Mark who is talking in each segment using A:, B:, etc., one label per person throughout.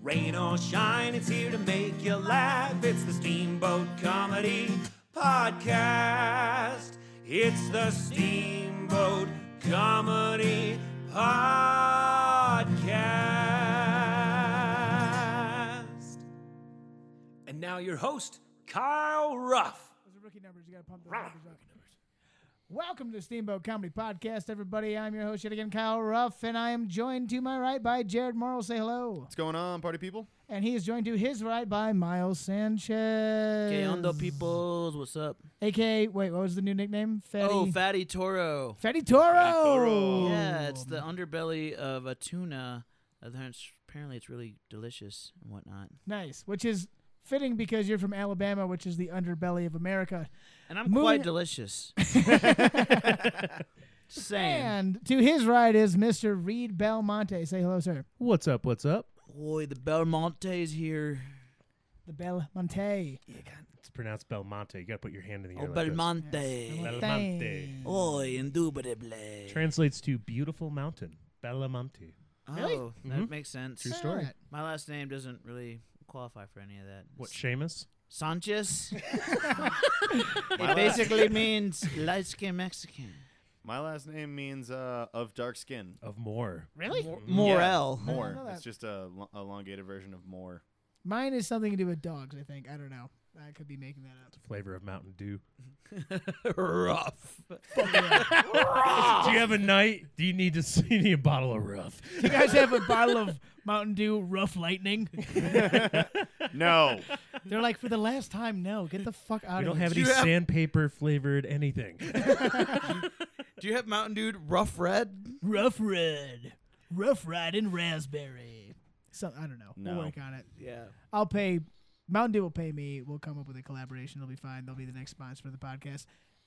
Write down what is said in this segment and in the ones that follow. A: Rain or shine, it's here to make you laugh. It's the Steamboat Comedy Podcast. It's the Steamboat Comedy Podcast. And now your host, Kyle Ruff.
B: Those are rookie numbers. You got to pump those numbers up. Welcome to the Steamboat Comedy Podcast, everybody. I'm your host yet again, Kyle Ruff, and I am joined to my right by Jared Morrow. Say hello.
C: What's going on, party people?
B: And he is joined to his right by Miles Sanchez.
D: Hey, Ondo peoples, what's up?
B: AKA, wait, what was the new nickname? Fatty. Oh.
D: Oh, Fatty Toro.
B: Fatty Toro.
D: Yeah, it's the underbelly of a tuna. Uh, Apparently, it's really delicious and whatnot.
B: Nice, which is fitting because you're from Alabama, which is the underbelly of America.
D: And I'm
B: Moving-
D: quite delicious. Just saying.
B: And to his right is Mr. Reed Belmonte. Say hello, sir.
E: What's up? What's up?
D: Boy, the Belmonte is here.
B: The Belmonte.
E: It's pronounced Belmonte. You gotta put your hand in the
D: Oh,
E: air. like this.
D: Belmonte.
E: Belmonte.
D: Oh, indubitably.
E: Translates to beautiful mountain. Belmonte.
D: oh,
B: Really?
D: that makes sense.
E: True story.
B: Alright.
D: My last name doesn't really qualify for any of that.
E: What,
D: S-
E: Seamus?
D: Sanchez? it basically means light skinned Mexican.
C: My last name means uh, of dark skin.
E: Of more.
B: Really?
D: Morel.
B: didn't
C: More.
B: know Oh, that.
C: It's just a lo- elongated version of more.
B: Mine is something to do with dogs, I think. I don't know. I could be making that up.
E: Flavor of Mountain Dew.
D: Rough.
E: Do you have a night? Do you need to see you need a bottle of rough?
B: Do you guys have a bottle of Mountain Dew Rough Lightning?
C: No.
B: They're like, for the last time, no. Get the fuck out
E: We
B: of
E: don't
B: here.
E: have any sandpaper flavored anything.
D: Do you have Mountain Dew Rough Red?
B: Rough Red. Rough Ride and Raspberry. So, I don't know.
C: No.
B: We'll work on it.
D: Yeah.
B: I'll pay. Mountain Dew will pay me. We'll come up with a collaboration. It'll be fine. They'll be the next sponsor of the podcast.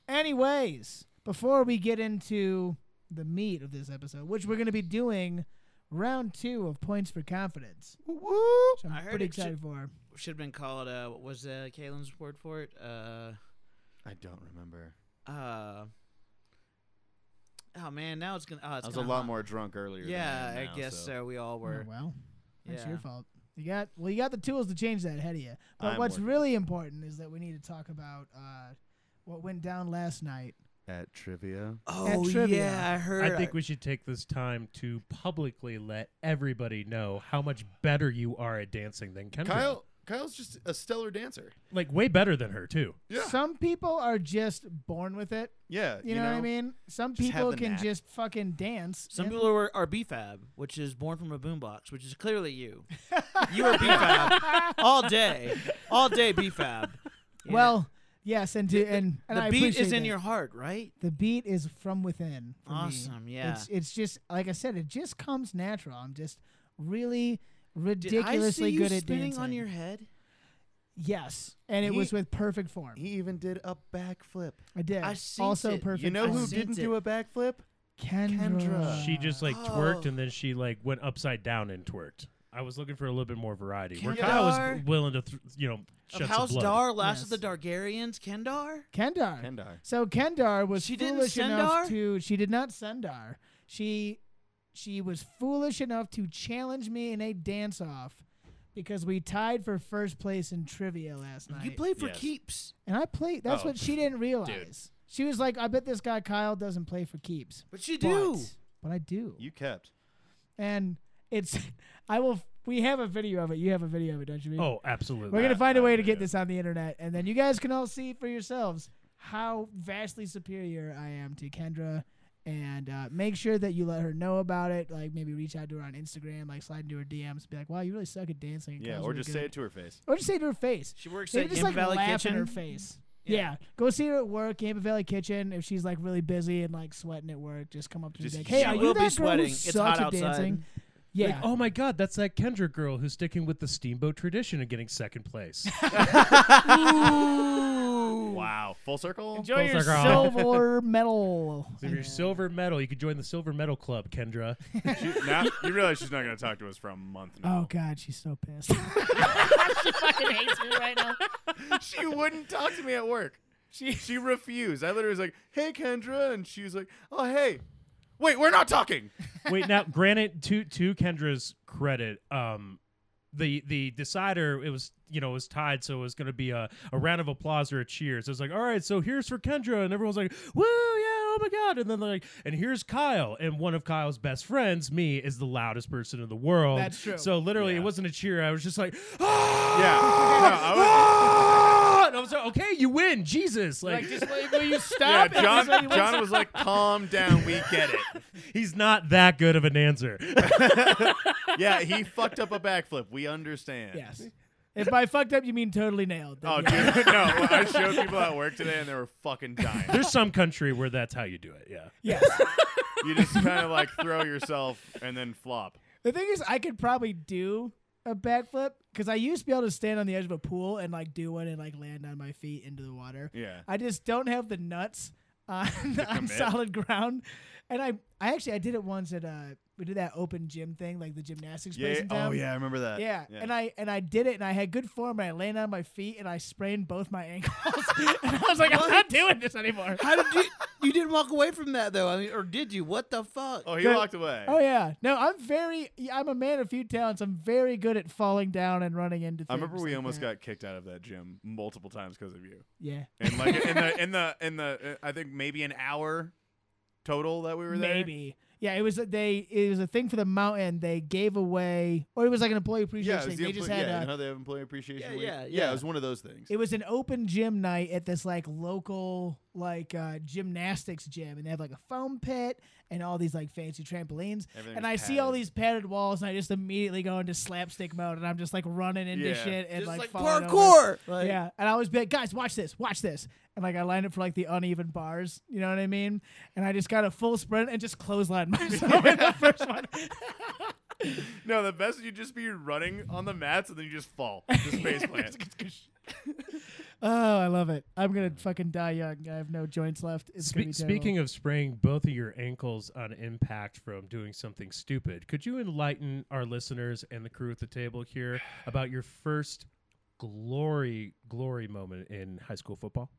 B: Anyways, before we get into the meat of this episode, which we're going to be doing round two of Points for Confidence, which I'm
D: I heard
B: pretty
D: it should-
B: excited for.
D: Should have been called, uh, what was uh, Kalen's word for it? Uh,
C: I don't remember.
D: uh, oh man, now it's gonna, oh, it's
C: I was a
D: gonna
C: lot
D: haunt-
C: more drunk earlier. than
D: Yeah,
C: I, am
D: I
C: now,
D: guess so. We all
B: Oh,
D: were.
B: well, that's
D: Yeah.
B: your fault. You got well, you got the tools to change that ahead of you. But
C: I'm
B: what's
C: working.
B: really important is that we need to talk about uh, what went down last night.
C: At trivia.
D: Oh
B: trivia.
D: yeah, I heard.
E: I think we should take this time to publicly let everybody know how much better you are at dancing than Kendra.
C: Kyle. Kyle's just a stellar dancer.
E: Like way better than her too.
C: Yeah.
B: Some people are just born with it.
C: Yeah.
B: You, know, what I mean? Some
C: just have
B: people
C: the
B: can
C: knack.
B: just fucking dance.
D: Some
B: and-
D: people are, are BFAB, which is born from a boombox, which is clearly you. you are BFAB all day, all day BFAB. Yeah.
B: Well, yes, and to, and, and
D: the
B: I
D: beat
B: appreciate
D: is in
B: that.
D: your heart, right?
B: The beat is from within. for me.
D: Awesome, yeah.
B: It's it's just like I said. It just comes natural. I'm just really
D: Did I see
B: ridiculously
D: you
B: good at
D: spinning
B: dancing.
D: on your head?
B: Yes, and it
C: He-
B: was with perfect form.
C: He even did a backflip.
B: I did.
D: I synced
B: also
D: it. You
B: perfect.
C: You know
D: I
B: form.
C: who
D: sensed
C: didn't
D: it.
C: do a backflip?
B: Kendra.
C: Kendra.
E: She just like
D: Oh.
E: twerked and then she like went upside down and twerked. I was looking for a little bit more variety. Where
D: Kendar.
E: Kyle was willing to, th- you know,
D: of
E: shed some
D: House
E: blood.
D: Dar, last of
B: Yes.
D: the Dargarians, Kendar.
B: Kendar.
C: Kendar.
B: So Kendar was
D: She didn't
B: foolish enough
D: Sendar?
B: to. She did not Sendar. She she was foolish enough to challenge me in a dance off because we tied for first place in trivia last night.
D: You played for
E: Yes.
D: keeps,
B: and I played. That's
C: Oh,
B: what she didn't realize. She was like, "I bet this guy Kyle doesn't play for keeps,"
D: but you do.
B: but I do.
C: You kept.
B: and it's. I will. We have a video of it. You have a video of it, don't you? Reed?
E: Oh, absolutely.
B: We're gonna find a
C: I
B: way to
C: would,
B: get
C: yeah.
B: this on the internet, and then you guys can all see for yourselves how vastly superior I am to Kendra. And uh, make sure that you let her know about it. Like maybe reach out to her on Instagram, like slide into her DMs, be like, "Wow, you really suck at dancing." and
C: Yeah.
B: Kyle's
C: Or
B: really
C: just
B: good
C: say
B: at
C: it to her face.
B: Or just say it to her face.
D: She works
B: Maybe
D: at
B: just
D: Imp
B: like
D: Valley
B: laugh
D: Kitchen.
B: in her face. Yeah.
D: Yeah.
B: go see her at work, Yampa Valley Kitchen. If she's like really busy and like sweating at work, just come up to her and
C: Just
B: be like, "Hey,
C: yell.
B: are
C: She
B: you
D: will
B: that
D: be
B: girl
D: sweating.
B: who
D: It's
B: sucks
D: hot
B: at
D: outside.
B: dancing?" Yeah.
E: Like, oh my God, that's that Kendra girl who's sticking with the steamboat tradition and getting second place.
C: Wow. Full circle.
B: Enjoy your
E: Those are all-
B: silver medal.
E: so if you're "Oh." silver medal, you could join the silver medal club, Kendra.
C: She- now, you realize she's not going to talk to us for a month
B: Oh
C: now.
B: God, she's so pissed.
C: she wouldn't talk to me at work. She she refused. I literally was like, "Hey, Kendra," and she was like, "Oh, hey, wait, we're not talking."
E: Wait, now, granted, to to Kendra's credit, um, the the decider it was you know it was tied so it was going to be a, a round of applause or a cheers. It was like all right, so here's for Kendra and everyone's like woo yeah oh my god and then they're like and here's Kyle and one of Kyle's best friends me is the loudest person in the world.
B: That's true.
E: So literally it wasn't a cheer. I was just like
C: Yeah. No, I was-
E: "Ah!" and I was like okay you win Jesus like,
B: Like, just like, will you
C: yeah,
B: stop? it? Just like,
C: John,
B: will you
C: John was like, calm down, we get it.
E: he's not that good of an answer.
C: Yeah, he fucked up a backflip. We understand.
B: Yes. If by fucked up you mean totally nailed. then
C: Oh,
B: yeah.
C: dude, no. I showed people at work today and they were fucking dying.
E: There's some country where that's how you do it. Yeah.
B: Yes.
C: You just kind of like throw yourself and then flop.
B: the thing is, I could probably do a backflip because I used to be able to stand on the edge of a pool and like do one and like land on my feet into the water.
C: Yeah.
B: I just don't have the nuts on, on
C: commit.
B: solid ground. And I, I actually I did it once at uh we did that open gym thing like the gymnastics place
C: Yeah.
B: in town.
C: Oh, yeah, I remember that.
B: Yeah. and I and I did it, and I had good form, and I landed on my feet, and I sprained both my ankles, and I was like, I'm not doing this anymore.
D: How did you? You didn't walk away from that though, I mean, or did you? What the fuck?
C: oh, he
B: Good.
C: walked away.
B: Oh yeah, no, I'm very, I'm a man of few talents. I'm very good at falling down and running into. Things
C: I remember we
B: like
C: almost
B: that.
C: got kicked out of that gym multiple times because of you.
B: yeah,
C: And like in the in the in the uh, I think maybe an hour total that we were there.
B: maybe. Yeah, it was a- they. It was a thing for the mountain. They gave away, or it was like an employee appreciation.
C: Yeah, it was
B: thing.
C: the
B: They
C: employ-
B: just
C: yeah,
B: had.
C: you know
B: a,
C: how they have employee appreciation
D: Yeah,
C: week?
D: yeah,
C: yeah,
D: yeah.
C: it was one of those things.
B: it was an open gym night at this like local like uh, gymnastics gym, and they have like a foam pit and all these like fancy trampolines.
C: Everything
B: and
C: was
B: I see all
C: padded.
B: these padded walls, and I just immediately go into slapstick mode, and I'm just like running into
C: Yeah.
B: shit and
D: Just like,
B: falling over.
D: parkour. Like,
B: Yeah, and I always be like, guys, watch this, watch this, and like I lined up for like the uneven bars, you know what I mean? And I just got a full sprint and just clotheslined myself in the first one.
C: No, the best is you just be running on the mats and then you just fall. Just face plant.
B: oh, I love it. I'm gonna fucking die young. I have no joints left. It's gonna be
E: Spe- speaking of spraying both of your ankles on impact from doing something stupid, could you enlighten our listeners and the crew at the table here about your first glory glory moment in high school football?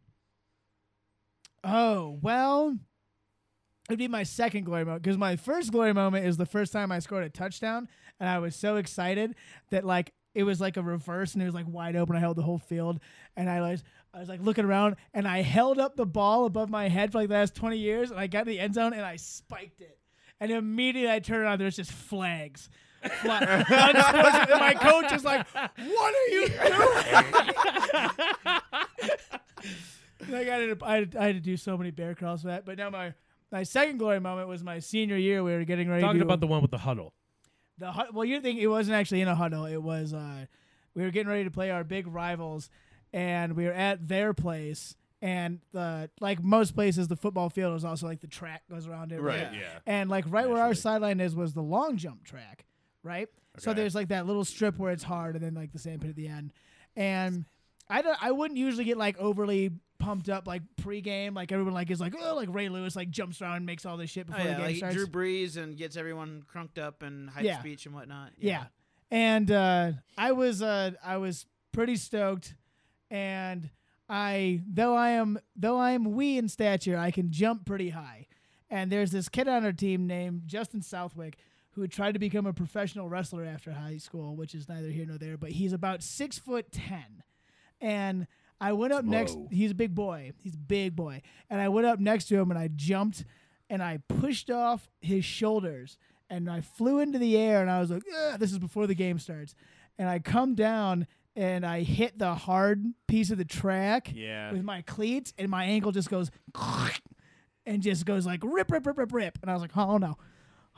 B: oh well, it'd be my second glory moment because my first glory moment is the first time I scored a touchdown, and I was so excited that like it was like a reverse and it was like wide open. I held the whole field, and I was I was like looking around, and I held up the ball above my head for like the last twenty years, and I got in the end zone and I spiked it, and immediately I turned around. There's just flags. Fly- and my coach is like, "What are you doing?" like I, had to, I, had to, I had to do so many bear crawls for that. But now my my second glory moment was my senior year. We were getting ready.
E: Talking
B: to,
E: about the one with the huddle.
B: the hu- well, you're thinking it wasn't actually in a huddle. It was uh, we were getting ready to play our big rivals, and we were at their place. And the like most places, the football field was also like the track goes around it.
C: Right, yeah.
B: And like right where our
C: Naturally.
B: sideline is was the long jump track, right? So
C: Okay.
B: there's like that little strip where it's hard, and then like the sand pit at the end. And I don't, I wouldn't usually get like overly pumped up like pregame, like everyone like is like oh like Ray Lewis like jumps around and makes all this shit
D: Oh,
B: before
D: yeah,
B: the game
D: like
B: starts.
D: Drew Brees and gets everyone crunked up and hype
B: Yeah.
D: speech and whatnot.
B: Yeah. And uh, I was uh, I was pretty stoked and I though I am though I am wee in stature, I can jump pretty high. And there's this kid on our team named Justin Southwick who tried to become a professional wrestler after high school, which is neither here nor there, but he's about six foot ten. And I went up next
E: Whoa.
B: he's a big boy. He's a big boy. And I went up next to him and I jumped and I pushed off his shoulders and I flew into the air and I was like, "Ugh," this is before the game starts. And I come down and I hit the hard piece of the track
C: Yeah.
B: with my cleats and my ankle just goes and just goes like rip, rip, rip, rip, rip. And I was like, oh no.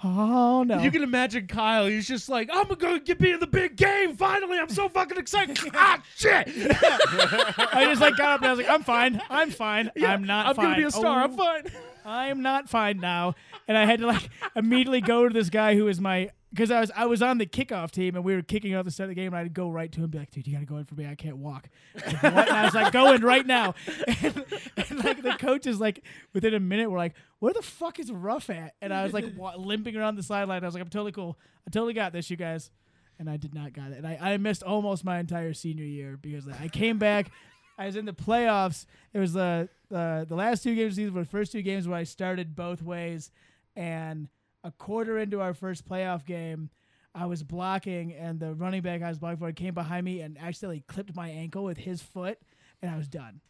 B: Oh no.
E: You can imagine Kyle. He's just like, I'm gonna get be in the big game. Finally, I'm so fucking excited. ah, shit.
B: I just like got up and I was like, I'm fine. I'm fine. I'm not
E: I'm
B: fine.
E: gonna be a star.
B: Oh.
E: I'm fine.
B: I'm not fine now. And I had to like immediately go to this guy who is my because I was I was on the kickoff team and we were kicking off the start of the game and I'd go right to him and be like, dude, you gotta go in for me. I can't walk. Like, what? And I was like, go in right now. And, and like the coach is like within a minute, we're like, where the fuck is Ruff at? And I was like wa- limping around the sideline. I was like, I'm totally cool. I totally got this, you guys. And I did not got it. And I, I missed almost my entire senior year because of that. I came back I was in the playoffs. It was the the, the last two games of the season were the first two games where I started both ways, and a quarter into our first playoff game, I was blocking, and the running back I was blocking for came behind me and accidentally clipped my ankle with his foot, and I was done.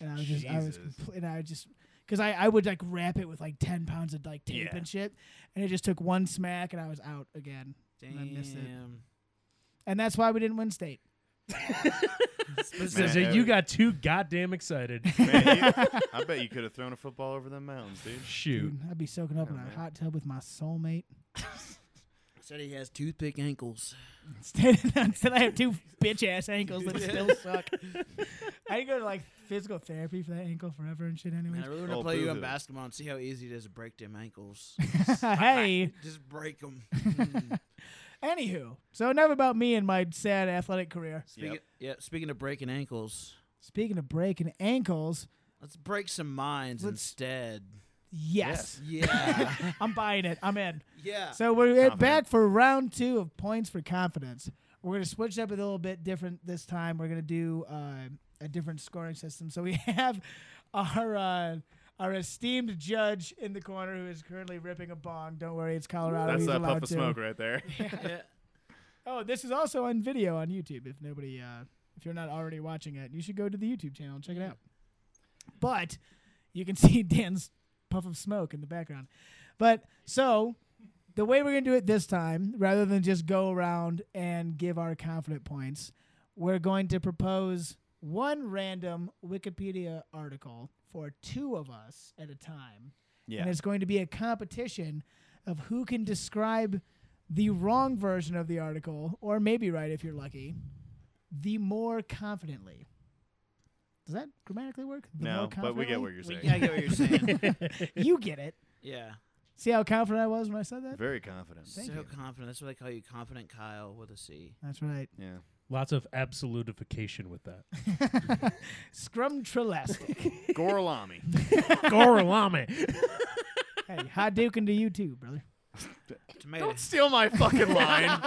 B: And I was just, I was,
C: Jesus.
B: compl- and I just, because I, I would like wrap it with like ten pounds of like tape
C: Yeah.
B: and shit, and it just took one smack, and I was out again.
D: Damn.
B: I missed it. And that's why we didn't win state.
E: This is
C: Man,
E: it.
C: that
E: You
C: was-
E: got too goddamn excited.
C: Man, you- I bet you could have thrown a football over the mountains, dude.
E: Shoot.
B: Dude, Oh, I'd be soaking up
C: Yeah,
B: in a
C: man.
B: hot tub with my soulmate.
D: Said he has toothpick ankles.
B: Instead, instead I have two bitch ass ankles that still suck. I go to like physical therapy for that ankle forever and shit. Anyways,
D: Man, I really want to
C: Oh,
D: play you in
C: boo-hoo.
D: basketball and see how easy it is to break them ankles.
B: hey,
D: Just break them.
B: anywho, so enough about me and my sad athletic career.
D: Speaking,
C: Yep.
D: Yeah, speaking of breaking ankles,
B: Speaking of breaking ankles,
D: let's break some minds
B: Let's-
D: instead.
B: yes,
D: Yeah.
B: I'm buying it. I'm in.
D: yeah.
B: So we're at-
C: Confident.
B: back for round two of points for confidence. We're gonna switch up a little bit different this time. We're gonna do uh, a different scoring system. So we have our uh, our esteemed judge in the corner who is currently ripping a bong. Don't worry, it's Colorado.
C: That's
B: He's
C: that puff
B: allowed
C: of
B: to.
C: smoke right there.
D: yeah.
B: Oh, this is also on video on YouTube. If nobody, uh, if you're not already watching it, you should go to the YouTube channel and check it out. But you can see Dan's puff of smoke in the background. But so the way we're gonna do it this time, rather than just go around and give our confident points, we're going to propose one random Wikipedia article for two of us at a time and
C: Yeah.
B: it's going to be a competition of who can describe the wrong version of the article, or maybe right if you're lucky, the more confidently. Does that grammatically work? The more
C: No, but we get
B: confidently?
C: what you're
D: We,
C: saying.
D: yeah, I get what you're saying.
B: you get it.
D: yeah.
B: See how confident I was when I said that?
C: Very confident.
B: Thank
D: so
B: you.
D: confident. That's what they call you, confident Kyle with a C.
B: That's right.
C: Yeah.
E: Lots of absolutification with that.
B: Scrum Trillastic.
C: Gorlami.
E: Gorlami.
B: hey, Hadouken to you too, brother.
D: Tomato.
C: Don't steal my fucking line.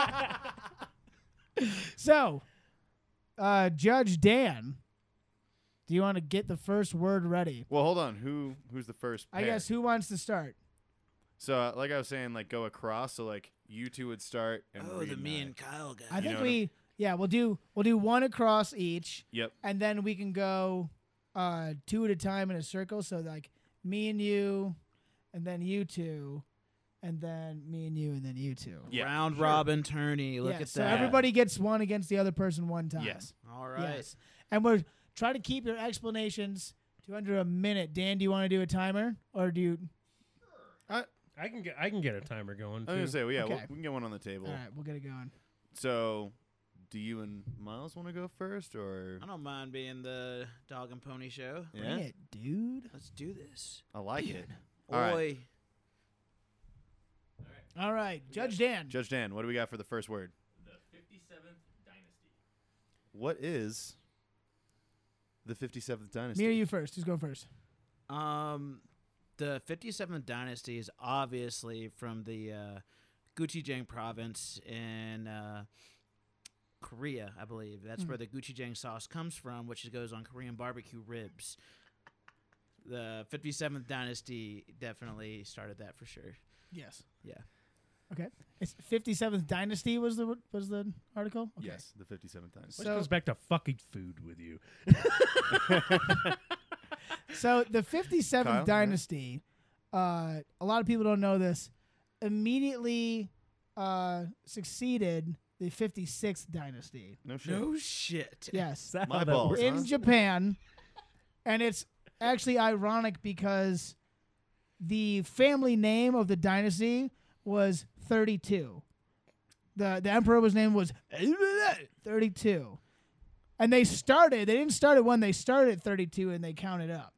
B: So, uh, Judge Dan, do you want to get the first word ready?
C: well, hold on. Who who's the first?
B: I
C: pair?
B: guess who wants to start?
C: So, uh, like I was saying, like go across. So, like you two would start. And
D: Oh,
C: Reed
D: the me
C: I.
D: and Kyle guy.
B: I
C: You
B: think
C: know what I'm-
B: we yeah we'll do we'll do one across each,
C: Yep.
B: and then we can go uh two at a time in a circle. So like me and you, and then you two, and then me and you, and then you two.
C: Yeah,
D: Round
C: sure.
D: robin tourney. Look
B: Yeah,
D: at
B: so
D: that.
B: everybody gets one against the other person one time.
C: Yes.
D: All right.
B: Yes. And we're try to keep your explanations to under a minute. Dan, do you want to do a timer or do you?
E: I can get I can get a timer going.
C: I was
E: too.
C: gonna say, well, yeah, we'll-
B: Okay.
C: we can get one on the table.
B: All right, we'll get it going.
C: So, do you and Miles want to go first, or
D: I don't mind being the dog and pony show.
C: yeah,
B: Bring it, dude.
D: Let's do this.
C: I like it. All right.
D: Oi.
B: All right, Judge Dan.
C: Judge Dan, what do we got for the first word? The 57th dynasty. What is the 57th dynasty?
B: me or you first? Who's going first?
D: Um, the 57th dynasty is obviously from the uh, Gochujang province in uh, Korea, I believe. That's
B: Hmm.
D: where the Gochujang sauce comes from, which goes on Korean barbecue ribs. The 57th dynasty definitely started that for sure.
B: Yes.
D: Yeah.
B: Okay. It's 57th Dynasty was the was the article. Okay.
C: Yes, the 57th dynasty.
E: Which
B: So-
E: goes back to fucking food with you.
B: So the 57th
C: Kyle, yeah.
B: Dynasty, uh, a lot of people don't know this, immediately uh, succeeded the 56th Dynasty.
C: No shit.
D: No shit.
B: Yes,
E: that
C: My
E: how that
C: balls. Uh,
E: works?
B: in
C: Huh?
B: Japan, and it's actually ironic because the family name of the dynasty was 32. the The emperor was named was 32, and they started. They didn't start at one. They started at 32, and they counted up.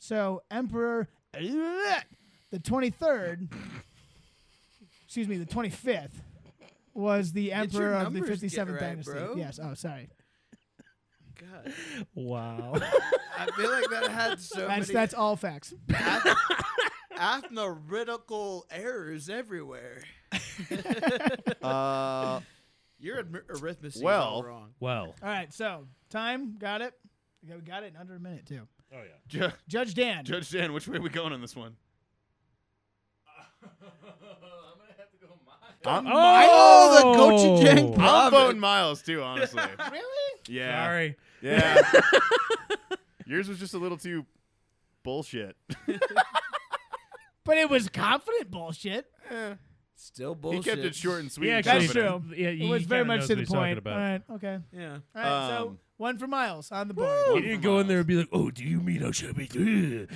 B: So emperor the 23rd, excuse me, the 25th was the emperor of the
D: numbers get
B: 57th
D: right,
B: dynasty.
D: bro.
B: Yes. Oh, sorry.
D: God.
E: Wow.
D: I feel like that had so
B: That's that's all facts.
D: Athnaritical errors everywhere.
C: Uh,
D: Your arithmetic is
C: Well-
D: wrong.
E: well.
B: All right, so time got it. We got- we got it in under a minute too.
E: Oh yeah.
C: Ju-
B: Judge Dan.
C: Judge Dan, which way are we going on this one? I'm,
E: Oh,
D: Oh, the gochujang
E: Oh,
C: I'm
D: Love
C: voting Miles too, honestly.
B: Really?
C: yeah.
E: Sorry.
C: Yeah. Yours was just a little too bullshit.
B: But it was confident bullshit.
C: Eh,
D: Still
C: he
D: bullshit.
C: kept it short and sweet.
E: He
C: and
E: actually,
B: That's
C: confident.
B: true.
E: Yeah, he
B: it was very
E: kinda
B: much
E: knows
B: to
E: what
B: the
E: he's talking
B: point.
E: about.
B: All right. Okay.
D: Yeah.
B: All right. so
C: Um,
B: one for Miles on the board.
E: He didn't go in there and be like, "Oh, do you mean I should be?" good?"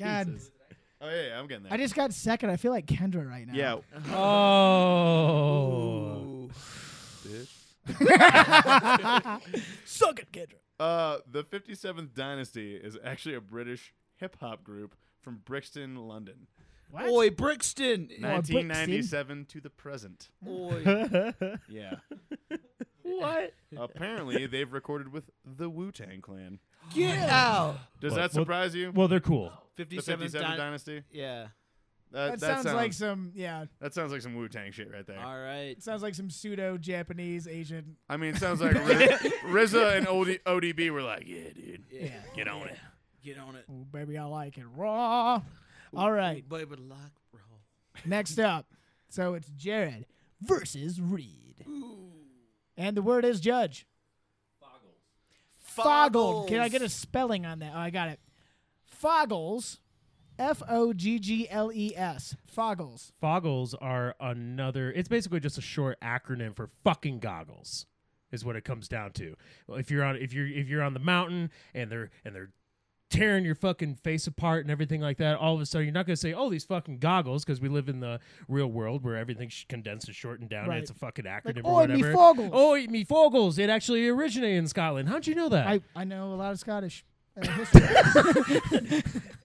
B: God,
E: Jesus.
C: Oh yeah, yeah, I'm getting there.
B: I just got second. I feel like Kendra right now.
C: yeah.
E: Oh.
B: Suck it, Kendra.
C: Uh, the 57th Dynasty is actually a British hip hop group from Brixton, London.
B: What?
D: Oi, Brixton.
B: Brixton?
C: 1997 to the present.
D: Oi.
C: Yeah.
B: What?
C: Apparently, they've recorded with the Wu Tang Clan.
D: Get out.
C: Does
E: What-
C: that
E: what-
C: surprise you?
E: Well, they're cool.
C: the
D: 57th
C: 57th
D: Dyn-
C: Dynasty.
D: Yeah.
C: That,
B: That, sounds, like some yeah.
C: that sounds like some Wu Tang shit right there.
D: All right.
B: It sounds like some pseudo Japanese Asian.
C: I mean, it sounds like Riz- RZA and OD- ODB were like, "Yeah, dude,
B: Yeah.
C: get on it."
D: Get on it.
B: Ooh, baby, I like it raw. All right.
D: Baby, lock roll.
B: Next up, so it's Jared versus Reed, and the word is judge. Foggled. Can I get a spelling on that? Oh, I got it. Foggles. F O G G L E S. Foggles.
E: Foggles are another. It's basically just a short acronym for fucking goggles, is what it comes down to. Well, If you're on, if you're if you're on the mountain and they're and they're tearing your fucking face apart and everything like that, all of a sudden you're not gonna say, "Oh, these fucking goggles," because we live in the real world where everything's condensed and shortened down.
B: Right.
E: and It's a fucking acronym
B: Like,
E: or
B: "Oi, me
E: whatever.
B: foggles."
E: Oh, me foggles. It actually originated in Scotland. How'd you know that?
B: I, I know a lot of Scottish uh, history.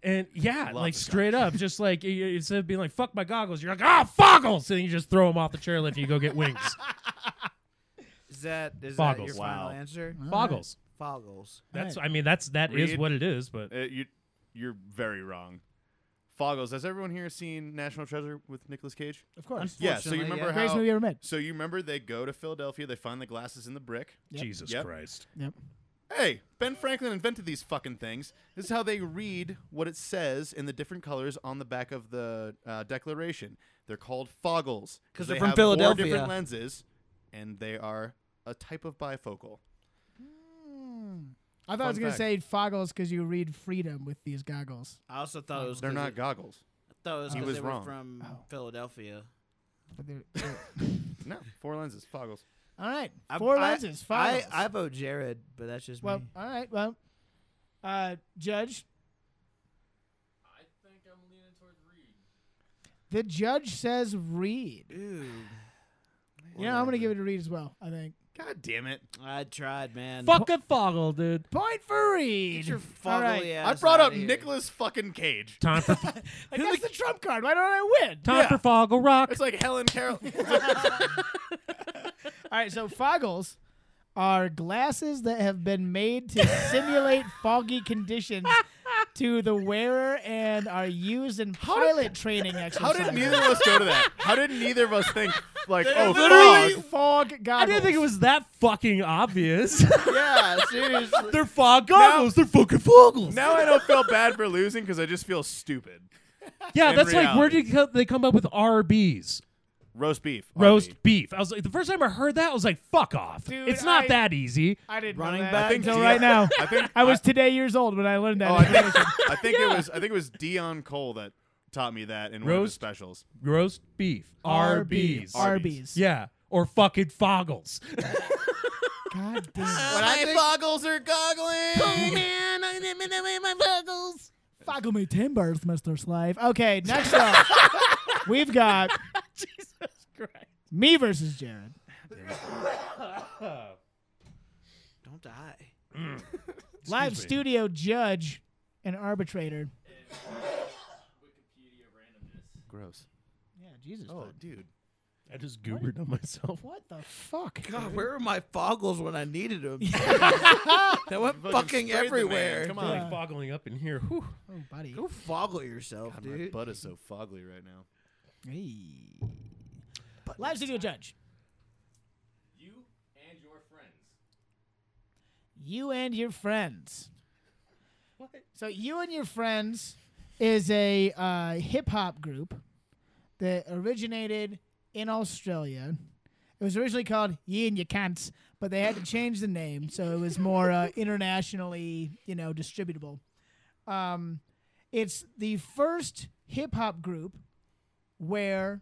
E: And yeah, like
C: the
E: straight up, just like i- i- instead of being like "fuck my goggles," you're like "ah foggles," and you just throw them off the chairlift and you go get wings.
D: Is that is that
E: Foggles.
D: your final
C: Wow.
D: answer?
E: foggles.
D: Foggles.
E: That's I mean that's that is
C: Reed?
E: what it is. But
C: Uh, you, you're very wrong. Foggles. Has everyone here seen National Treasure with Nicolas Cage?
B: of course.
C: Yeah. So you
D: Fortunately,
C: remember
D: yeah.
B: Greatest
C: how?
B: movie ever made.
C: So you remember they go to Philadelphia. They find the glasses in the brick.
B: Yep.
E: Jesus
C: Yep.
E: Christ,
B: Yep.
C: Hey, Ben Franklin invented these fucking things. This is how they read what it says in the different colors on the back of the uh, Declaration. They're called foggles
D: 'Cause
C: they
D: they're from
C: have
D: Philadelphia.
C: Four different lenses, and they are a type of bifocal.
B: I thought I was
C: Fun
B: going to
C: fact.
B: say foggles because you read freedom with these goggles.
D: I also thought it was
C: They're
D: 'cause
C: not
D: it-
C: goggles.
D: I thought it was
C: He
D: 'cause
C: was
D: they were
C: wrong.
D: from
B: Oh.
D: Philadelphia.
B: But they're, they're-
C: No, four lenses, foggles.
B: all right.
D: I-
B: Four
D: I-
B: lenses.
D: I,
B: Foggles.
D: I vote Jared, but that's just
B: well,
D: me.
B: all right. Well, uh, Judge. I think I'm leaning toward Reed. The judge says Reed.
D: Dude,
B: Yeah, I'm going to give it to Reed as well, I think.
C: God damn it!
D: I tried, man.
E: fucking foggle, dude.
B: Point for Reed.
D: Get your
B: All
D: foggly
B: right.
C: I
D: ass
C: brought
D: outta
C: up
D: here.
C: Nicolas fucking Cage.
E: Time for time
B: Like, that's the trump card. Why don't I win?
E: for foggle rock.
C: It's like Helen Carroll.
B: All right, so foggles are glasses that have been made to simulate foggy conditions to the wearer and are used in pilot training
C: How
B: exercises.
C: did neither of us go to that? How did neither of us think like, oh,
B: Literally
C: fog?
B: fog goggles?
E: I didn't think it was that fucking obvious.
D: Yeah, seriously.
E: they're fog goggles. they're fucking foggles.
C: Now I don't feel bad for losing because I just feel stupid.
E: yeah,
C: in
E: that's like where
C: reality.
E: did co- they come up with RBs?
C: Roast beef.
E: Roast
C: RB.
E: beef. I was like, the first time I heard that, I was like, "Fuck off!
B: Dude,
E: it's not
B: I-
E: that easy."
B: I didn't
D: Running
B: know that
D: back
B: until
C: Dion-
B: right now.
C: I think
B: I was today years old when I learned that.
C: Oh, I think, I think it was I think it was Dion Cole that taught me that in one of his
E: Roast-
C: specials.
E: Roast beef. RBs.
B: Arby's.
E: Yeah. Or fucking foggles.
B: God damn.
D: When I think-
C: foggles are goggling.
D: man, I'm my foggles.
B: Foggle me timbers, Mr. Slave. Okay, next up, we've got
E: Jesus Christ.
B: me versus Jared.
D: Don't die.
B: Live
E: me.
B: studio judge and arbitrator.
C: Gross.
B: Yeah, Jesus.
C: Oh, dude.
E: I just goobered on myself.
B: What the fuck?
C: Mm-hmm.
D: God, where were my foggles when I needed them? they went
C: sprayed
D: fucking
C: the man.
D: everywhere.
C: Come
E: Really
C: on.
B: Yeah.
E: foggling up in here. Whew.
B: Oh, buddy.
D: Go foggle yourself,
C: God, my
D: dude.
C: butt is so foggly right now.
B: Hey. Live studio judge. You and your friends. You and your friends. What? So you and your friends is a uh, hip hop group that originated in Australia. It was originally called Ye and You Cants, but they had to change the name so it was more uh, internationally, you know, distributable. Um, it's the first hip hop group where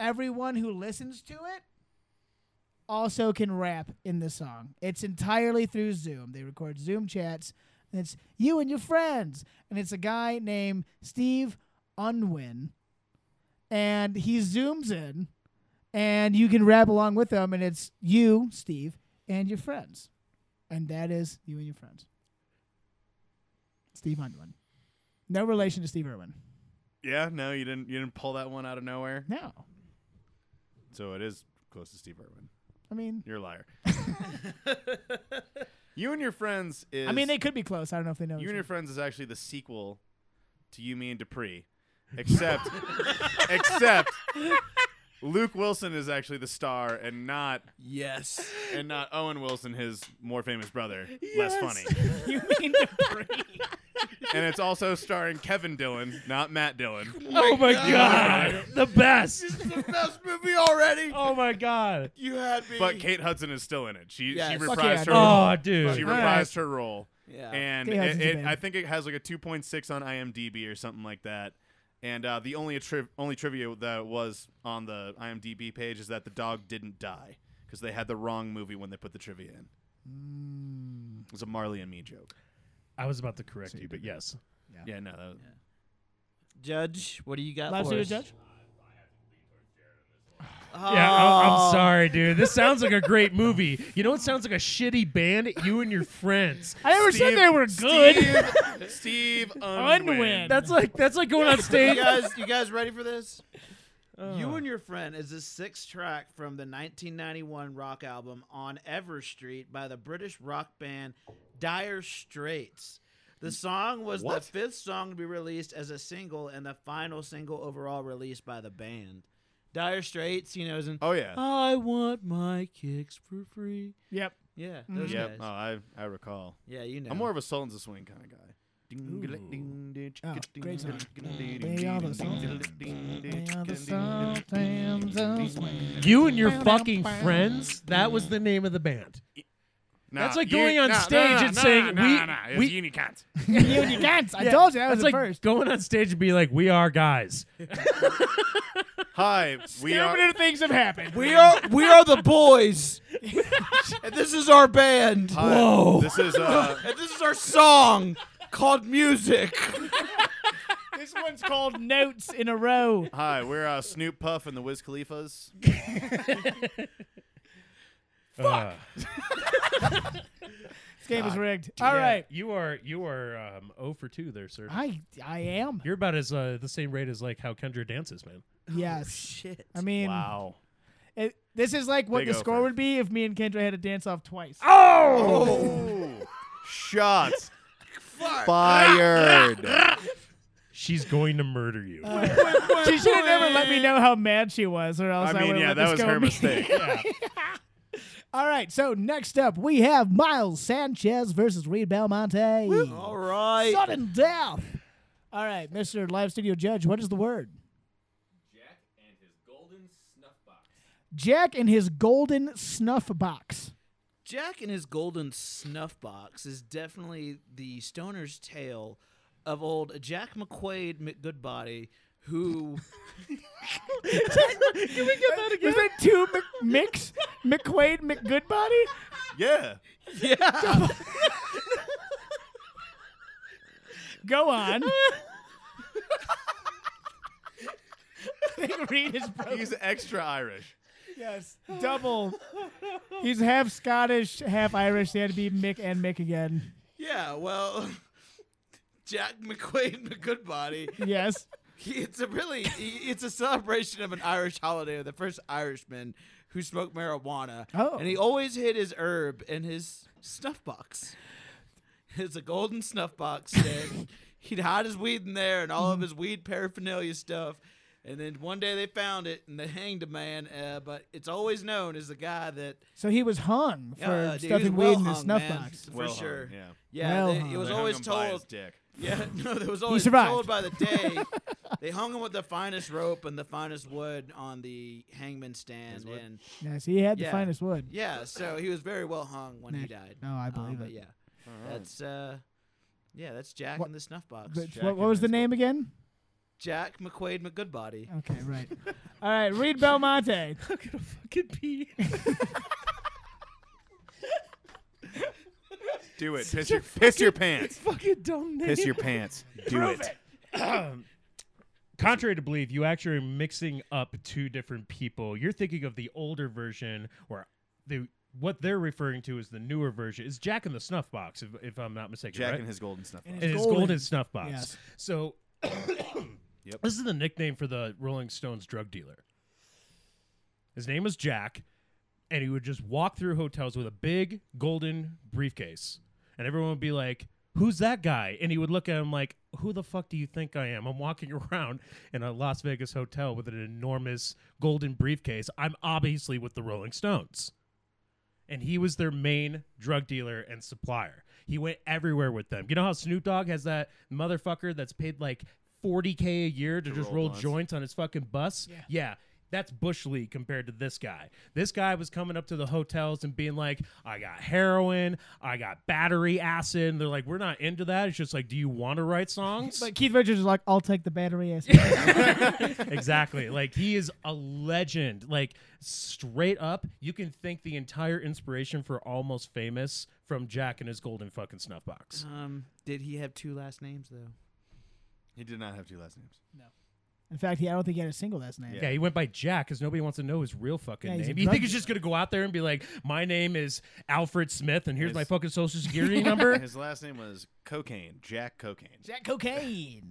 B: everyone who listens to it also can rap in the song. It's entirely through Zoom. They record Zoom chats, and it's you and your friends. And it's a guy named Steve Unwin, and he zooms in, and you can rap along with him. And it's you, Steve, and your friends, and that is you and your friends. Steve Unwin, no relation to Steve Irwin.
C: Yeah, no, you didn't. You didn't pull that one out of nowhere.
B: No,
C: So it is close to Steve Irwin.
B: I mean,
C: You're a liar. you and your friends is.
B: I mean they could be close. I don't know if they know.
C: You
B: each
C: and your
B: other.
C: friends is actually the sequel to You, Me, and Dupree, except except Luke Wilson is actually the star and not
D: Yes.
C: and not Owen Wilson, his more famous brother. Less funny.
B: you mean Dupree?
C: And it's also starring Kevin Dillon, not Matt Dillon.
E: Oh my god, the best.
D: the best movie already.
E: Oh my god.
D: You had me.
C: But Kate Hudson is still in it. She she
D: Yes.
C: reprised
D: Fuck
B: yeah,
C: her
B: dude.
C: role.
E: Oh, dude.
C: She
B: All right.
C: reprised her role.
D: yeah.
C: and
B: Gay Hudson's
C: it,
B: a
C: it,
B: babe.
C: I think it has like a 2.6 on IMDb or something like that. And uh, the only tri- only trivia that was on the IMDb page is that the dog didn't die because they had the wrong movie when they put the trivia in. It was a Marley and Me joke.
E: I was about to correct you, but yes.
C: Yeah, no, that was,
D: Judge, what do you got?
B: Live
D: for
B: studio
D: us?
B: judge.
E: Yeah, I-
D: Oh.
E: I'm sorry, dude. This sounds like a great movie. You know, it sounds like a shitty band. You and your friends.
B: I never said they were good.
C: Steve, Steve um, Unwin.
B: Unwin.
E: That's like that's like going on stage.
D: you guys, you guys ready for this? You and Your Friend is the sixth track from the 1991 rock album On Ever Street by the British rock band Dire Straits. The song was
C: What?
D: the fifth song to be released as a single and the final single overall released by the band. Dire Straits, you know, is in
C: Oh yeah.
D: I Want My Kicks for Free.
B: Yep.
D: Yeah, those
C: yep.
D: guys.
C: Oh, I I recall.
D: Yeah, you know.
C: I'm more of a soul and the swing kind of guy.
B: Oh, great song.
E: You and your fucking friends. That was the name of the band.
C: Nah,
E: That's like
C: you-
E: going on
C: nah, nah,
E: stage
C: nah,
E: and
C: nah,
E: saying,
C: nah,
E: we-
C: nah, it's
E: we-
C: Unicant.
B: you and your cats. I told you that was
E: That's
B: the
E: like
B: first.
E: going on stage and be like, "We are guys."
C: Hi, we are.
B: things have happened.
D: we are we are the boys. and this is our band.
C: Hi,
E: Whoa.
C: This is uh,
D: And this is our song called Music.
B: this one's called notes in a row.
C: hi. We're uh, Snoop Puff and the Wiz Khalifas.
E: Fuck.
B: This game is rigged. All right.
E: You are you are um, 0 for two there, sir.
B: I I am.
E: You're about as uh, the same rate as like how Kendra dances, man.
B: Yes.
D: Shit.
B: I mean,
C: oh, Wow.
B: it, this is like what the
C: Big O
B: score
C: for-
B: would be if me and Kendra had to dance off twice.
C: Oh, shots fired.
E: She's going to murder you.
B: she should have never let me know how mad she was, or else I,
C: I mean,
B: would
C: yeah,
B: have
C: that was her mistake.
B: All right. So next up, we have Miles Sanchez versus Reed Belmonte.
D: All right.
B: Sudden death. All right, Mr. Live Studio Judge, what is the word? Jack and his golden snuff box.
D: Jack and his golden snuff box is definitely the stoner's tale of old Jack McQuaid McGoodbody, who
B: Can we get that again? Was that two Mc- Mix? McQuaid McGoodbody?
C: Yeah.
D: yeah,
B: Go on. I think Reed is broken.
C: He's extra Irish.
B: Yes. Double. He's half Scottish, half Irish. They had to be Mick and Mick again.
D: yeah, well, Jack McQuaid McGoodbody.
B: Yes.
D: He- It's a really he- it's a celebration of an Irish holiday of the first Irishman who smoked marijuana.
B: Oh.
D: And he always hid his herb in his snuff box. It's a golden snuff box and he'd hide his weed in there and all of his weed paraphernalia stuff. And then one day they found it and they hanged a man, uh, but it's always known as the guy that
B: So he was hung for
D: uh, dude, he was
B: stuffing
D: well
B: weed in
D: hung,
B: his snuff
D: man,
B: box.
D: for
C: Well hung,
D: sure.
C: yeah.
D: yeah,
B: Well
D: they-
B: hung.
D: it was
C: They hung
D: always
C: him by his
D: told
C: dick.
D: Yeah, no, there was always
B: survived.
D: sold by the day. they hung him with the finest rope and the finest wood on the hangman stand,
C: wood.
D: and
B: Yes, he had the
D: Yeah.
B: finest wood.
D: yeah, so he was very well hung when he
B: Nick-
D: died.
B: No, I
D: Um,
B: believe
D: but
B: it.
D: yeah, that's uh, yeah, that's Jack
B: What-
D: in the snuff box.
B: But
C: Jack
B: what, what
C: in
B: was the
C: his
B: name again?
D: Jack McQuaid McGoodbody.
B: Okay, right. All right, Reed Belmonte.
E: I'm gonna fucking pee.
C: Do it. Piss your piss your pants.
E: fucking dumb name.
C: Piss your pants. Do it.
E: Contrary to belief, you actually are mixing up two different people. You're thinking of the older version, or the what they're referring to is the newer version. Is Jack in the Snuffbox, if, if I'm not mistaken.
C: Jack
E: right?
C: and his golden stuff.
B: And
E: It
B: his
E: is
B: golden-
E: golden snuffbox.
B: Yes.
E: So
C: Yep.
E: this is the nickname for the Rolling Stones drug dealer. His name was Jack, and he would just walk through hotels with a big golden briefcase, and everyone would be like, "Who's that guy?" And he would look at him like, "Who the fuck do you think I am? I'm walking around in a Las Vegas hotel with an enormous golden briefcase. I'm obviously with the Rolling Stones." and he was their main drug dealer and supplier. He went everywhere with them. You know how Snoop Dogg has that motherfucker that's paid like 40k a year to, just
C: roll
E: roll
C: blunts.
E: joints on his fucking bus?
B: Yeah.
E: That's Bush League compared to this guy. This guy was coming up to the hotels and being like, I got heroin, I got battery acid. And they're like, we're not into that. It's just like, do you want to write songs?
B: But Keith Richards is like, I'll take the battery ass.
E: exactly. Like he is a legend. Like straight up, you can think the entire inspiration for Almost Famous from Jack and his golden fucking snuff box.
B: Uh,
D: Um, did he have two last names though?
C: He did not have two last names.
B: In fact, he, I don't think he had a single last name.
C: Yeah.
E: Yeah. he went by Jack because nobody wants to know his real fucking
B: Yeah, he's a
E: name. You
B: drug
E: think he's
B: dealer.
E: just gonna go out there and be like, "My name is Alfred Smith, and here's
C: His-
E: my fucking social security number."
C: His last name was Cocaine. Jack Cocaine.
B: Jack Cocaine.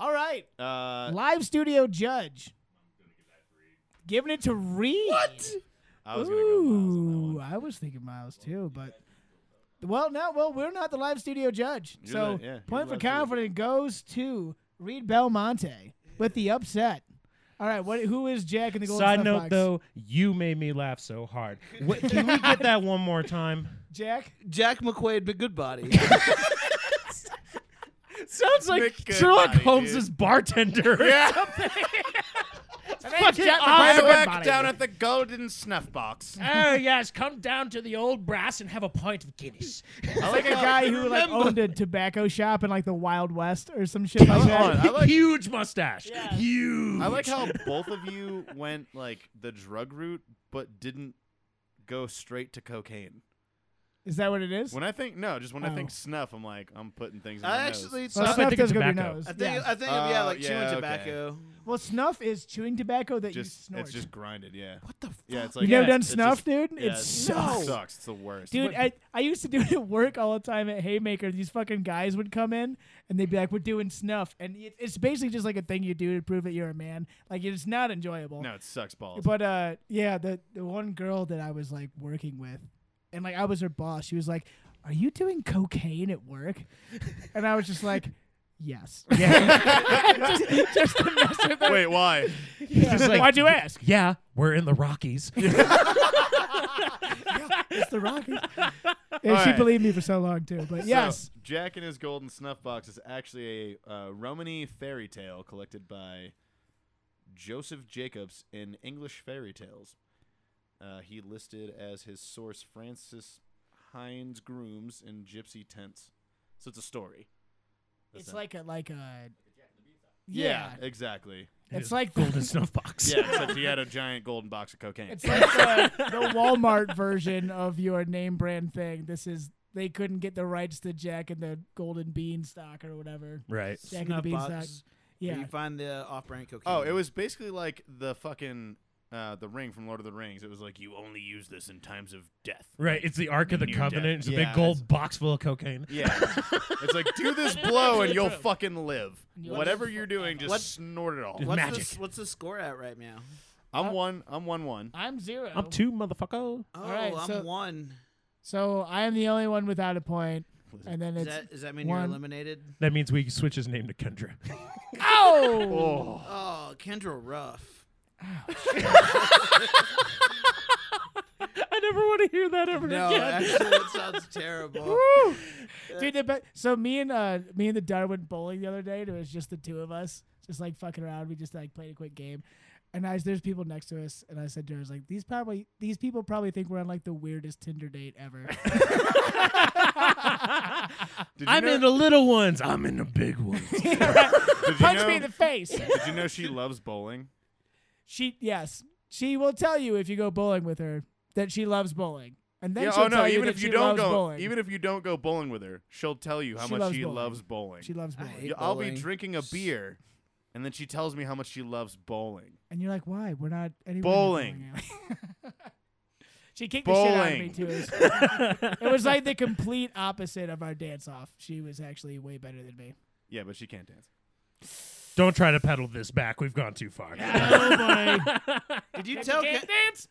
B: All right,
C: Uh,
B: live studio judge. Giving it to Reed. What?
C: I was gonna go Miles on that
B: Ooh,
C: one.
B: I was thinking Miles too, but well, no, well, we're not the live studio judge.
C: You're
B: so
C: the- yeah, you're
B: point
C: the
B: for
C: live studio.
B: confident goes to Reed Belmonte with the upset. All right, what? Who is Jack in the Golden
E: Side
B: Snuff
E: note,
B: Box?
E: though, you made me laugh so hard. What, can we get that one more time?
B: Jack.
D: Jack McQuaid McGoodbody.
E: Sounds like
C: Mick Goodbody,
E: Sherlock Holmes'
C: dude.
E: bartender.
C: Yeah.
E: fucking
C: I
E: awesome.
C: work down at the Golden Snuff Box.
E: Oh yes, come down to the old brass and have a pint of Guinness.
C: I like
B: a guy who like
D: remember.
B: owned a tobacco shop in like the Wild West or some shit like
C: Hold
B: that.
C: on, I like
E: Huge mustache. Huge.
C: I like how both of you went like the drug route, but didn't go straight to cocaine.
B: Is that what it is?
C: When I think no, just when I think
B: Oh.
C: snuff, I'm like I'm putting things. In
D: I
C: my
D: actually,
C: nose.
B: Well,
E: I
B: snuff
E: think it's
B: does go to your
E: tobacco.
B: nose.
D: I think,
B: yeah.
D: I think, of, yeah,
C: Oh,
D: like
C: yeah,
D: chewing
C: okay.
D: tobacco.
B: well, snuff is chewing tobacco that you
C: just
B: snort.
C: it's just grinded. Yeah. What the? Fuck? Yeah, it's like
B: you never
C: yeah,
B: done
C: it's
B: snuff,
C: just-
B: dude?
C: Yeah,
B: it
C: snuff
B: sucks.
C: sucks. It's the worst.
B: Dude, I, I used to do it at work all the time at Haymaker. These fucking guys would come in and they'd be like, "We're doing snuff," and it, it's basically just like a thing you do to prove that you're a man. Like it's not enjoyable.
C: no, it sucks balls.
B: But uh, yeah, the the one girl that I was like working with, and like I was her boss. She was like, "Are you doing cocaine at work?" And I was just like, "Yes." just, just to mess with her.
C: Wait, why?
E: Just like-
B: Why'd you ask?
E: Yeah, we're in the Rockies.
B: It's the Rockies. and
C: All
B: she
C: right.
B: believed me for so long too. But yes,
C: So, Jack and his golden snuff box is actually a uh, Romany fairy tale collected by Joseph Jacobs in English Fairy Tales. Uh, he listed as his source Francis Hines Grooms in Gypsy Tents. So it's a story.
B: it's like a like a yeah.
C: Yeah, exactly.
B: It's like
E: golden snuff box.
C: Yeah, except he had a giant golden box of cocaine.
B: It's like the, the Walmart version of your name brand thing. This is they couldn't get the rights to Jack and the Golden Beanstalk or whatever.
E: Right.
B: Jack and the
D: Snuff
B: Beanstalk.
D: box. where
B: Yeah.
D: You find the off-brand cocaine.
C: oh, it was basically like the fucking uh, the ring from Lord of the Rings. It was like you only use this in times of death.
E: Right. It's the Ark of the
C: Near
E: Covenant.
C: death.
E: It's a
C: Yeah,
E: big gold box full of cocaine.
C: Yeah. it's like do this blow and you'll fucking live. Whatever you're doing, just
D: What-
C: snort it all.
E: Just
D: what's
E: magic.
D: The, what's the score at right now?
C: I'm one. I'm one one.
B: I'm zero.
E: I'm two, motherfucker.
D: Oh,
B: right,
D: I'm
B: so-
D: one.
B: So I am the only one without a point, and then
D: Does
B: it's
D: that, does that mean
B: one.
D: you're eliminated?
E: That means we switch his name to Kendra.
B: oh,
D: Oh, Kendra Ruff.
E: I never want to hear that ever
D: No,
E: again.
D: actually, that sounds terrible.
B: Dude, the be- so me and uh, me and the Dar went bowling the other day. And it was just the two of us, just like fucking around. We just like played a quick game, and I there's people next to us, and I said to her, I was like, "These probably these people probably think we're on like the weirdest Tinder date ever."
C: Did you
E: I'm
C: know,
E: in the little ones. I'm in the big ones.
C: did you
B: Punch
C: know,
B: me in the face.
C: Did you know she loves bowling?
B: she yes, she will tell you if you go bowling with her that she loves bowling, and then
C: yeah,
B: she'll
C: oh no,
B: tell you
C: even
B: that
C: if you
B: she
C: don't
B: loves
C: go
B: bowling.
C: even if you don't go bowling with her, she'll tell you how
B: She
C: much
B: loves
C: she
B: bowling.
C: loves bowling.
B: she loves bowling,
D: hate-
C: I'll be
D: Bowling.
C: drinking a beer and then she tells me how much she loves bowling.
B: and you're like, "Why? We're not anywhere near
C: Bowling.
B: bowling." She kicked the shit out of me
C: Bowling.
B: too. It was It was like the complete opposite of our dance off. She was actually way better than me.
C: Yeah, but she can't dance.
E: Don't try to pedal this back. We've gone too far.
B: Oh boy.
D: Did you tell? Ken-
B: dance.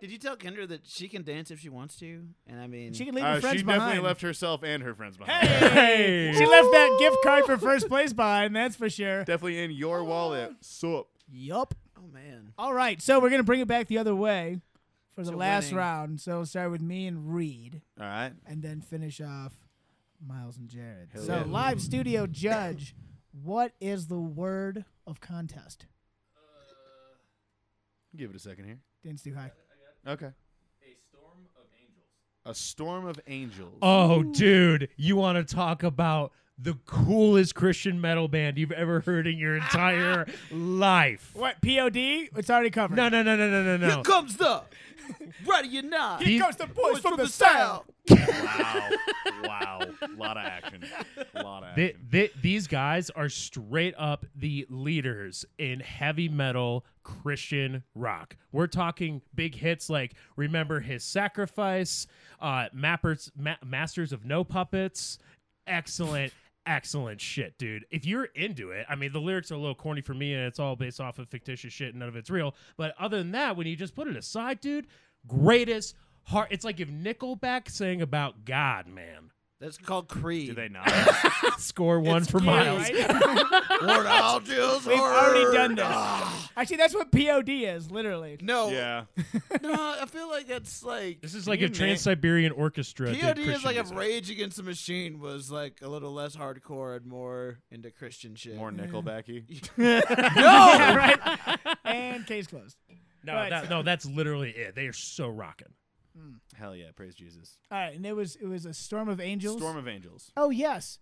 D: did you tell Kendra that she can dance if she wants to? And I mean,
B: She can leave
C: Uh,
B: her friends
C: she
B: behind.
C: definitely left herself and her friends behind.
E: Hey.
B: She left that gift card for first place behind, that's for sure.
C: Definitely in your wallet. Sup.
B: Yup.
D: oh man,
B: All right, so we're gonna bring it back the other way for the
D: So
B: last
D: winning.
B: round. So we'll start with me and Reed,
C: All right.
B: and then finish off Miles and Jared.
C: Hell
B: so
C: yeah.
B: live studio judge, what is the word of contest?
C: Give it a second here.
B: Didn't too high.
C: Okay. A storm of angels. A storm of angels.
E: Oh, dude, you want to talk about the coolest Christian metal band you've ever heard in your entire life?
B: What POD? It's already covered.
E: No, no, no, no, no, no,
D: here
E: no.
D: comes the ready you not.
B: Here
E: These-
B: comes the boys from, the
D: south.
B: south.
C: wow. Wow. A lot of action. A lot of action.
E: Th- th- these guys are straight up the leaders in heavy metal Christian rock. We're talking big hits like "Remember His Sacrifice," uh, Mappers, Ma- "Masters of No Puppets." Excellent, excellent shit, dude. If you're into it, I mean, the lyrics are a little corny for me, and it's all based off of fictitious shit, and none of it's real. But other than that, when you just put it aside, dude, greatest heart. It's like if Nickelback sang about God, man.
D: That's called Creed.
C: Do they not?
E: Score one for
B: Yeah,
E: Miles.
B: right?
D: We're all Jews.
B: We've already done this. Actually, that's what POD is, literally.
D: No,
C: yeah.
D: no, I feel like that's like
E: This is
C: Can
E: like
C: you
E: if Trans Siberian Orchestra. did
D: POD is
E: Christian
D: like if
E: music.
D: Rage Against the Machine was like a little less hardcore and more into Christian shit.
C: More Nickelbacky.
B: No, right? And case closed.
E: No,
B: Right.
E: that, no, that's literally it. They are so rocking.
C: Hell yeah. Praise Jesus.
B: All right, and it was it was a storm of angels.
C: Storm of angels.
B: oh yes,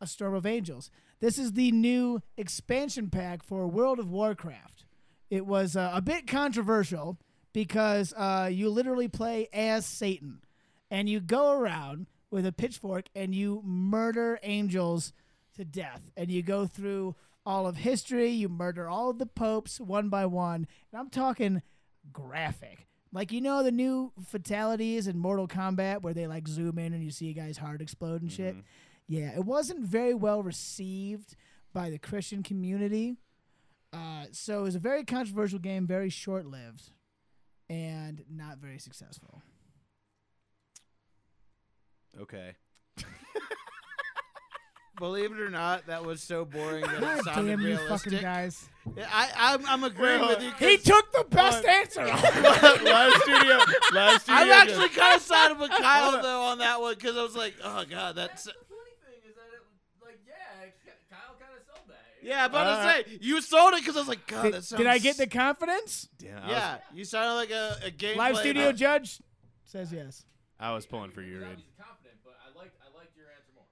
B: a storm of angels. This is the new expansion pack for World of Warcraft. It was uh, a bit controversial because uh, you literally play as Satan, and you go around with a pitchfork and you murder angels to death, and you go through all of history. You murder all of the popes one by one, and I'm talking graphic. Like you know the new fatalities in Mortal Kombat where they like zoom in and you see a guy's heart explode and shit.
D: Mm-hmm.
B: Yeah, it wasn't very well received by the Christian community. Uh, so it was a very controversial game, very short lived, and not very successful.
C: Okay.
D: Believe it or not, that was so boring that it
B: God
D: sounded
B: damn you,
D: realistic.
B: fucking guys!
D: Yeah, I, I'm, I'm agreeing with you. 'cause
B: He took the best answer.
C: live studio. Live studio.
D: I'm
C: just-
D: actually kind of sided with Kyle though on that one because I was like, oh god, that's.
F: funny thing is that it was like, yeah, Kyle kind of sold that.
D: Yeah, I'm about
C: Uh,
D: to say you sold it because I was like, God,
B: Uh-huh. did,
D: that sounds.
B: did I get the confidence?
C: Damn, I,
D: Yeah,
C: was,
D: you sounded like a, a game.
B: Live studio judge says yes.
C: I was pulling for you, Reed.
F: confident, but I liked, I liked your answer more.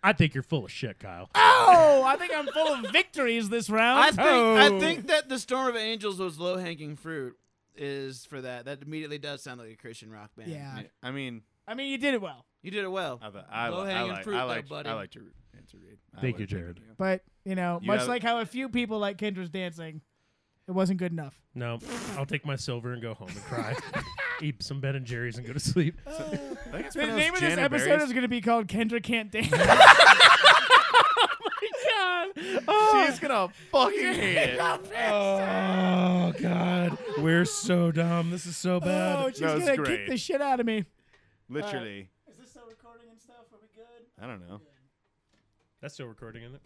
E: I think you're full of shit, Kyle.
B: Oh, I think I'm full of victories this round.
D: I think I
E: Oh.
D: think that the Storm of Angels was low hanging fruit. Is for that. That immediately does sound like a Christian rock band.
B: Yeah.
C: I mean,
B: I mean, you did it well.
D: you did it well.
C: I, th- I, li- I,
D: Low-hanging
C: like,
D: fruit
C: I,
D: though,
C: liked,
D: buddy.
C: I liked your answer, Reed. I
E: Thank you,
C: liked it.
E: Jared.
B: But you know,
C: You
B: much
C: have-
B: like how a few people like Kendra's dancing, it wasn't good enough.
E: No, I'll take my silver and go home and cry, eat some Ben and Jerry's and go to sleep.
C: I think it's
B: The
C: pronounced
B: name of this
C: Jana
B: episode
C: Berry's-
B: is going to be called Kendra Can't Dance. Oh
E: God, oh,
C: She's gonna fucking hate it.
E: oh, God, we're so dumb. This is so bad.
B: oh, she's
C: No, it's
B: going to
C: great.
B: kick the shit out of me.
C: Literally.
B: Is this still recording and stuff? Are we good?
C: I don't know.
E: That's still recording, isn't it?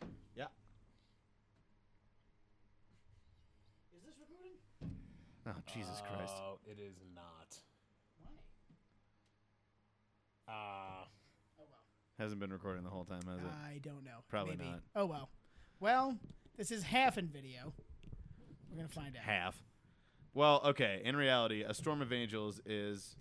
C: Oh Jesus Christ!
E: it is not. Ah,
C: Hasn't been recording the whole time, has it?
B: I don't know.
C: Probably
B: Maybe.
C: not.
B: Oh well. Well, this is half in video. We're gonna find out.
C: Half. Well, okay. In reality, A Storm of Angels is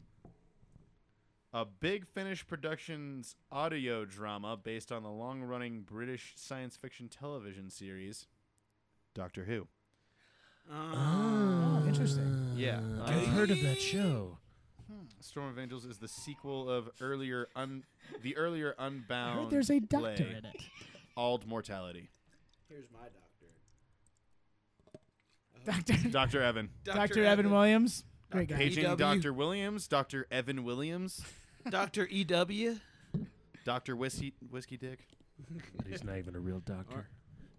C: a big Finnish production's audio drama based on the long running British science fiction television series Doctor Who.
B: Oh, interesting.
C: Yeah.
E: I've heard of that show.
C: Storm of Angels is the sequel of earlier un- the earlier
B: I
C: Unbound
B: heard there's a doctor
C: play,
B: in it.
C: Ald Mortality.
D: Here's my doctor.
B: Doctor
C: Dr. Evan.
B: Doctor Evan Williams. Great guy.
C: Paging
D: EW.
C: Dr. Williams, Dr. Evan Williams,
D: Doctor E E.W.
C: Dr. Whiskey Whiskey Dick.
E: He's not even a real doctor.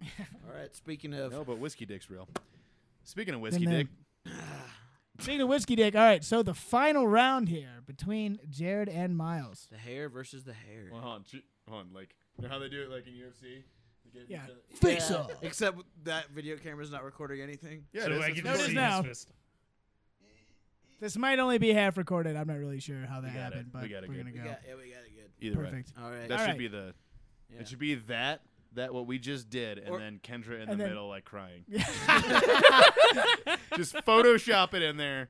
D: All right, speaking of.
C: No, but Whiskey Dick's real. Speaking of Whiskey
B: then-
C: Dick,
B: Speaking of whiskey dick, all right. So the final round here between Jared and Miles.
D: The hair versus the hair.
C: Well, hold on, ch- hold on, like you know how they do it like in UFC. They get
B: Yeah.
C: each other-
B: Face
D: Yeah,
B: off.
D: Except that video camera's not recording anything.
C: Yeah, it
E: so
C: is,
E: I
C: it's
E: can
B: No, it
C: fine.
B: is
E: see
B: now.
E: his fist.
B: This might only be half recorded. I'm not really sure how that
C: got it.
B: happened, but
C: We got it
B: are
C: good.
B: gonna
D: We
B: go.
D: got, yeah, we got it good.
C: Either way,
B: Perfect.
D: All right.
C: that
B: All
C: should
B: right.
C: be the.
D: Yeah.
C: It should be that that what we just did, and
D: Or-
C: then Kendra in
B: and
C: the
B: then-
C: middle like crying. just Photoshop it in there.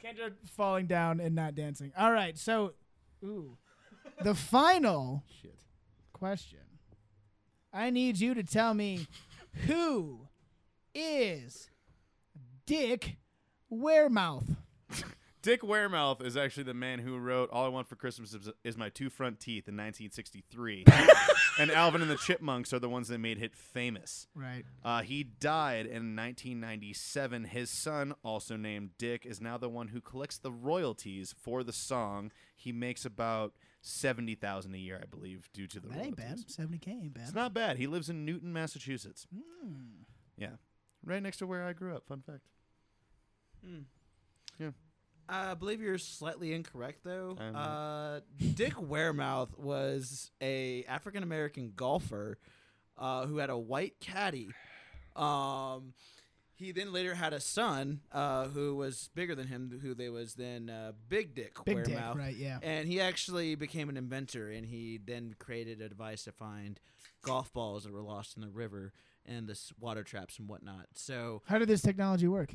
B: Kendra falling down and not dancing. All right, so, ooh, the final
C: Shit.
B: question. I need you to tell me who is Dick Wearmouth.
C: Dick Waremouth is actually the man who wrote "All I Want for Christmas Is- Is My Two Front Teeth" in 1963, and Alvin and the Chipmunks are the ones that made it famous.
B: Right.
C: Uh, he died in 1997. His son, also named Dick, is now the one who collects the royalties for the song. He makes about seventy thousand a year, I believe, due to the
B: That ain't
C: royalties.
B: bad. 70K ain't bad.
C: It's not bad. He lives in Newton, Massachusetts.
B: Hmm.
C: Yeah, right next to where I grew up. Fun fact.
D: I believe you're slightly incorrect though.
B: Um,
C: I'm-
D: Uh, Dick Waremouth was a African American golfer uh, who had a white caddy. Um, he then later had a son uh, who was bigger than him, who they was then uh, Big Dick
B: Big
D: Waremouth.
B: Dick, right, yeah.
D: And he actually became an inventor, and he then created a device to find golf balls that were lost in the river and the s- water traps and whatnot. So
B: How did this technology work?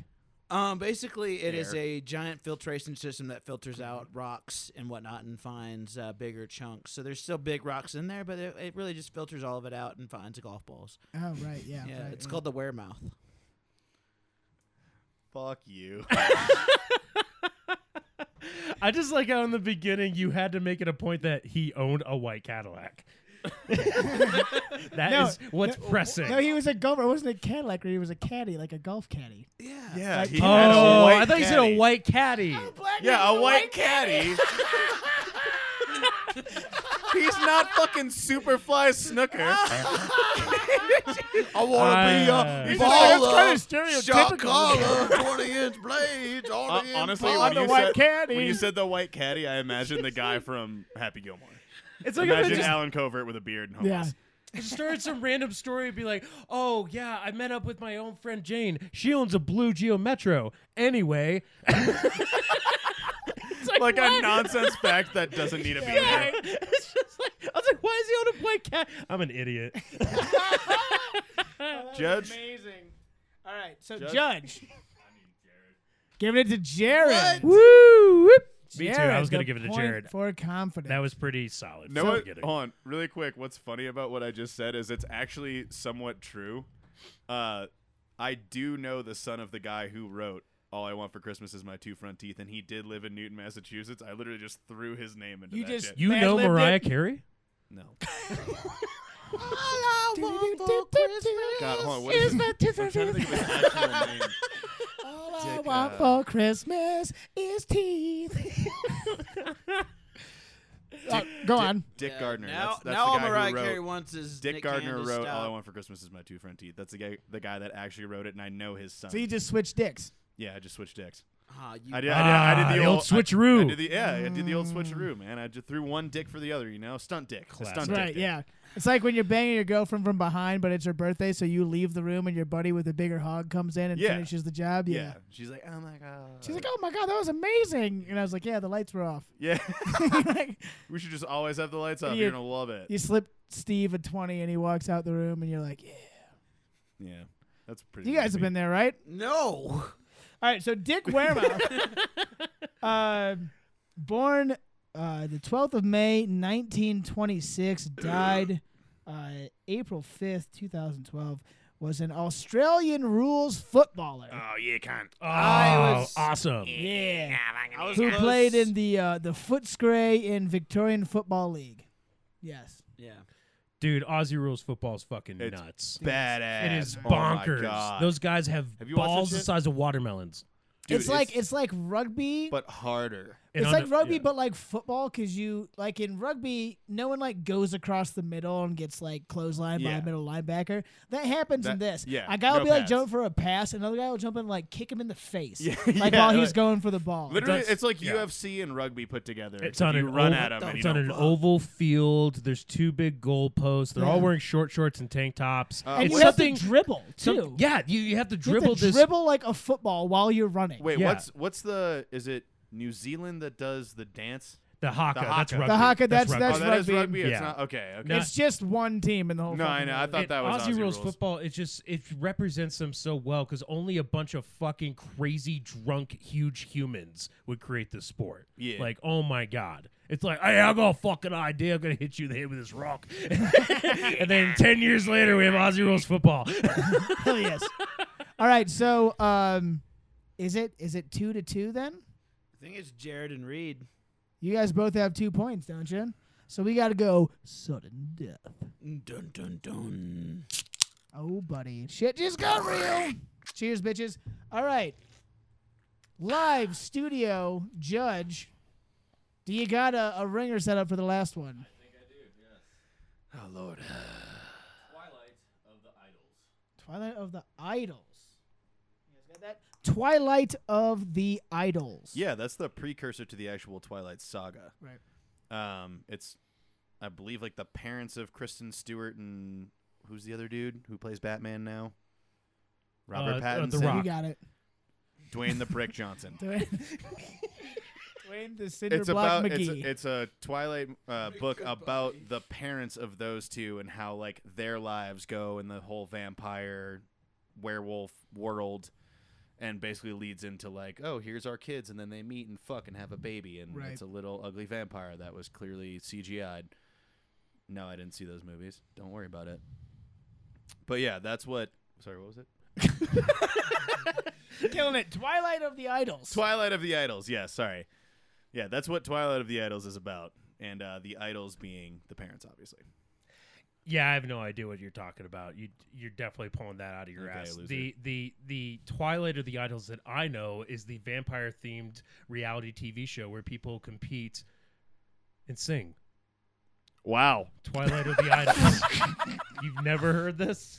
D: um, basically, it is
C: Air.
D: a giant filtration system that filters out rocks and whatnot and finds uh, bigger chunks. So there's still big rocks in there, but it, it really just filters all of it out and finds golf balls.
B: Oh, right, yeah.
D: Yeah,
B: right,
D: it's
B: right.
D: called the Wearmouth.
C: Fuck you.
E: I just like how in the beginning you had to make it a point that he owned a white Cadillac. That is
B: No,
E: what's pressing.
B: No, he was a golfer. It wasn't a Cadillac, he was a caddy, like a golf caddy.
D: Yeah.
C: Yeah, he
E: oh,
C: had a white
E: I thought he said a
C: caddy.
E: white caddy.
C: Yeah, a white caddy. He's not fucking Superfly Snooker. I
B: Ah.
E: Uh,
C: He's
E: He's
C: just like, "That's kinda
D: twenty inch blades.
C: Uh, honestly, when you, said, when you said the white caddy, I imagined the guy from Happy Gilmore.
E: It's like if it
C: Imagine
E: just
C: Alan Covert with a beard and
B: Yeah.
C: homeless.
E: started some random story and be like, oh, yeah, I met up with my own friend Jane. She owns a blue Geo Metro. Anyway, it's like,
C: Like
E: what?
C: a nonsense fact that doesn't need to be in there.
E: it's just like, I was like, why is he on a white cat? I'm an idiot.
C: Judge,
B: Amazing. All right, so Judge.
C: Judge?
B: Giving it to Jared.
E: Woo! Whoop. Me too. I
B: Jared,
E: was going
B: the
E: to give it to
B: point
E: Jared.
B: For confidence.
E: That was pretty solid.
C: No,
E: from the
C: what,
E: beginning.
C: hold on, really quick. What's funny about what I just said is it's actually somewhat true. Uh, I do know the son of the guy who wrote "All I Want for Christmas Is My Two Front Teeth," and he did live in Newton, Massachusetts. I literally just threw his name into
B: You
C: that
B: just-
C: shit.
E: You
B: Mad
E: know
B: Lib did-
E: Mariah Carey?
C: no, God, hold on. What is,
B: Is my
C: it? I'm trying to think of his actual name.
B: All I
C: Dick,
B: want
C: uh,
B: for Christmas is teeth. Uh, go on.
C: Dick Gardner.
D: Now,
C: that's that's
D: now
C: the
D: all
C: guy
D: Mariah
C: who wrote.
D: Carey wants is
C: Dick
D: Nick
C: Gardner
D: Candace
C: wrote
D: style.
C: "All I Want for Christmas Is My Two Front Teeth." That's the guy, the guy that actually wrote it, and I know his son.
B: So you just switched dicks.
C: yeah, I just switched dicks.
D: Ah, you,
C: I did, I did, I
E: Ah,
C: did the,
E: the old switcheroo.
C: I, I did the, yeah, I did the old switcheroo, man. I just threw one dick for the other, you know, stunt dick, The
E: Classic.
C: stunt dick
B: Right,
C: dick.
B: yeah. It's like when you're banging your girlfriend from behind, but it's her birthday, so you leave the room and your buddy with a bigger hog comes in and
C: Yeah.
B: finishes the job.
C: yeah,
B: Yeah.
C: She's like, oh my god.
B: She's like, oh my God, that was amazing. And I was like, yeah, the lights were off.
C: yeah.
B: Like,
C: we should just always have the lights off.
B: You-
C: You're gonna love it.
B: you slip Steve a 20 and he walks out the room and you're like, yeah.
C: yeah, that's pretty.
B: You guys have
C: creepy.
B: been there, right?
D: no.
B: All right, so Dick Warmouth, uh, born uh, the 12th of May, 1926, died uh, April 5th, 2012, was an Australian rules footballer
E: Oh,
D: I was-
E: awesome.
B: yeah,
D: I was
B: who
D: close.
B: played in the uh, the Footscray in Victorian Football League. Yes.
D: Yeah.
E: Dude, Aussie rules football is fucking
C: It's
E: nuts.
C: badass.
E: It is
C: Oh my
E: bonkers.
C: God.
E: Those guys have,
C: Have you watched that
E: balls the
C: shit?
E: size of watermelons.
C: Dude,
B: it's like it's like rugby.
C: but harder.
E: And
B: it's
E: on
B: like
E: the-
B: rugby,
E: yeah.
B: but like football, because you like in rugby, no one like goes across the middle and gets like clotheslined by
C: Yeah.
B: a middle linebacker. That happens in
C: That-
B: this.
C: yeah,
B: a guy will
C: no
B: be like
C: pass.
B: jump for a pass, another guy will jump in and like kick him in the face,
C: Yeah,
B: like
C: yeah,
B: while he's
C: like-
B: going for the ball.
C: Literally,
E: does-
C: it's like
E: yeah.
C: UFC and rugby put together.
E: It's
C: except
E: on
C: you
E: an
C: run
E: oval,
C: at 'em and you
E: it's on
C: don't
E: an
C: block.
E: oval field. There's two big goalposts. They're all
B: Yeah.
E: wearing short shorts and tank tops.
C: Uh,
B: and
E: it's
B: you have to
E: something-
B: dribble
E: Some-
B: too.
E: yeah, you, you have to
B: You have to
E: dribble this.
B: dribble like a football while you're running.
C: Wait,
E: Yeah.
C: what's what's the? Is it New Zealand that does the dance?
E: The haka.
C: The
E: That's
C: haka.
E: rugby.
B: The haka, that's-
E: rugby.
C: oh, that is
B: rugby.
C: rugby. It's
E: Yeah.
C: not okay. Okay.
E: No,
B: It's just one team in the whole.
C: No, I
B: fucking
C: know. I
B: league.
C: thought
E: And
C: that was
E: Aussie, rules,
C: rules
E: football. It just it represents them so well because only a bunch of fucking crazy drunk huge humans would create this sport.
C: Yeah.
E: Like oh my god, it's like hey, I got a fucking idea. I'm gonna hit you in the head with this rock, and then ten years later we have Aussie rules football.
B: Hell yes. All right, so um, is it is it two to two then?
D: I think it's Jared and Reed.
B: You guys both have two points, don't you? So we got to go sudden death.
D: Dun dun dun.
B: Oh, buddy. Shit just got real. Cheers, bitches. All right. Live studio judge. Do you got a, a ringer set up for the last one?
C: Oh lord.
F: Twilight of the Idols.
B: Twilight of the Idols. You guys got that? Twilight of the Idols.
C: Yeah, that's the precursor to the actual Twilight saga.
B: Right.
C: Um, it's, I believe, like the parents of Kristen Stewart and who's the other dude who plays Batman now?
E: Uh,
C: Robert
E: uh, The
C: Pattinson,
E: Rock.
B: You got it.
C: Dwayne the Brick Johnson.
B: Dwayne, Dwayne the Cinder
C: it's
B: Block
C: about
B: McGee.
C: it's a, it's a Twilight uh, book about the parents of those two and how like their lives go in the whole vampire werewolf world. And basically leads into like, oh, here's our kids, and then they meet and fuck and have a baby, and
B: Right.
C: it's a little ugly vampire that was clearly CGI'd. No, I didn't see those movies. Don't worry about it. But yeah, that's what. Sorry, what was it?
B: Killing it. Twilight of the Idols.
C: Twilight of the Idols. Yeah, sorry. Yeah, that's what Twilight of the Idols is about, and uh, the idols being the parents, obviously.
E: Yeah, I have no idea what you're talking about. You you're definitely pulling that out of your
C: Okay,
E: ass.
C: loser.
E: The the the Twilight of the Idols that I know is the vampire themed reality TV show where people compete and sing.
C: Wow.
E: Twilight of the Idols. You've never heard this?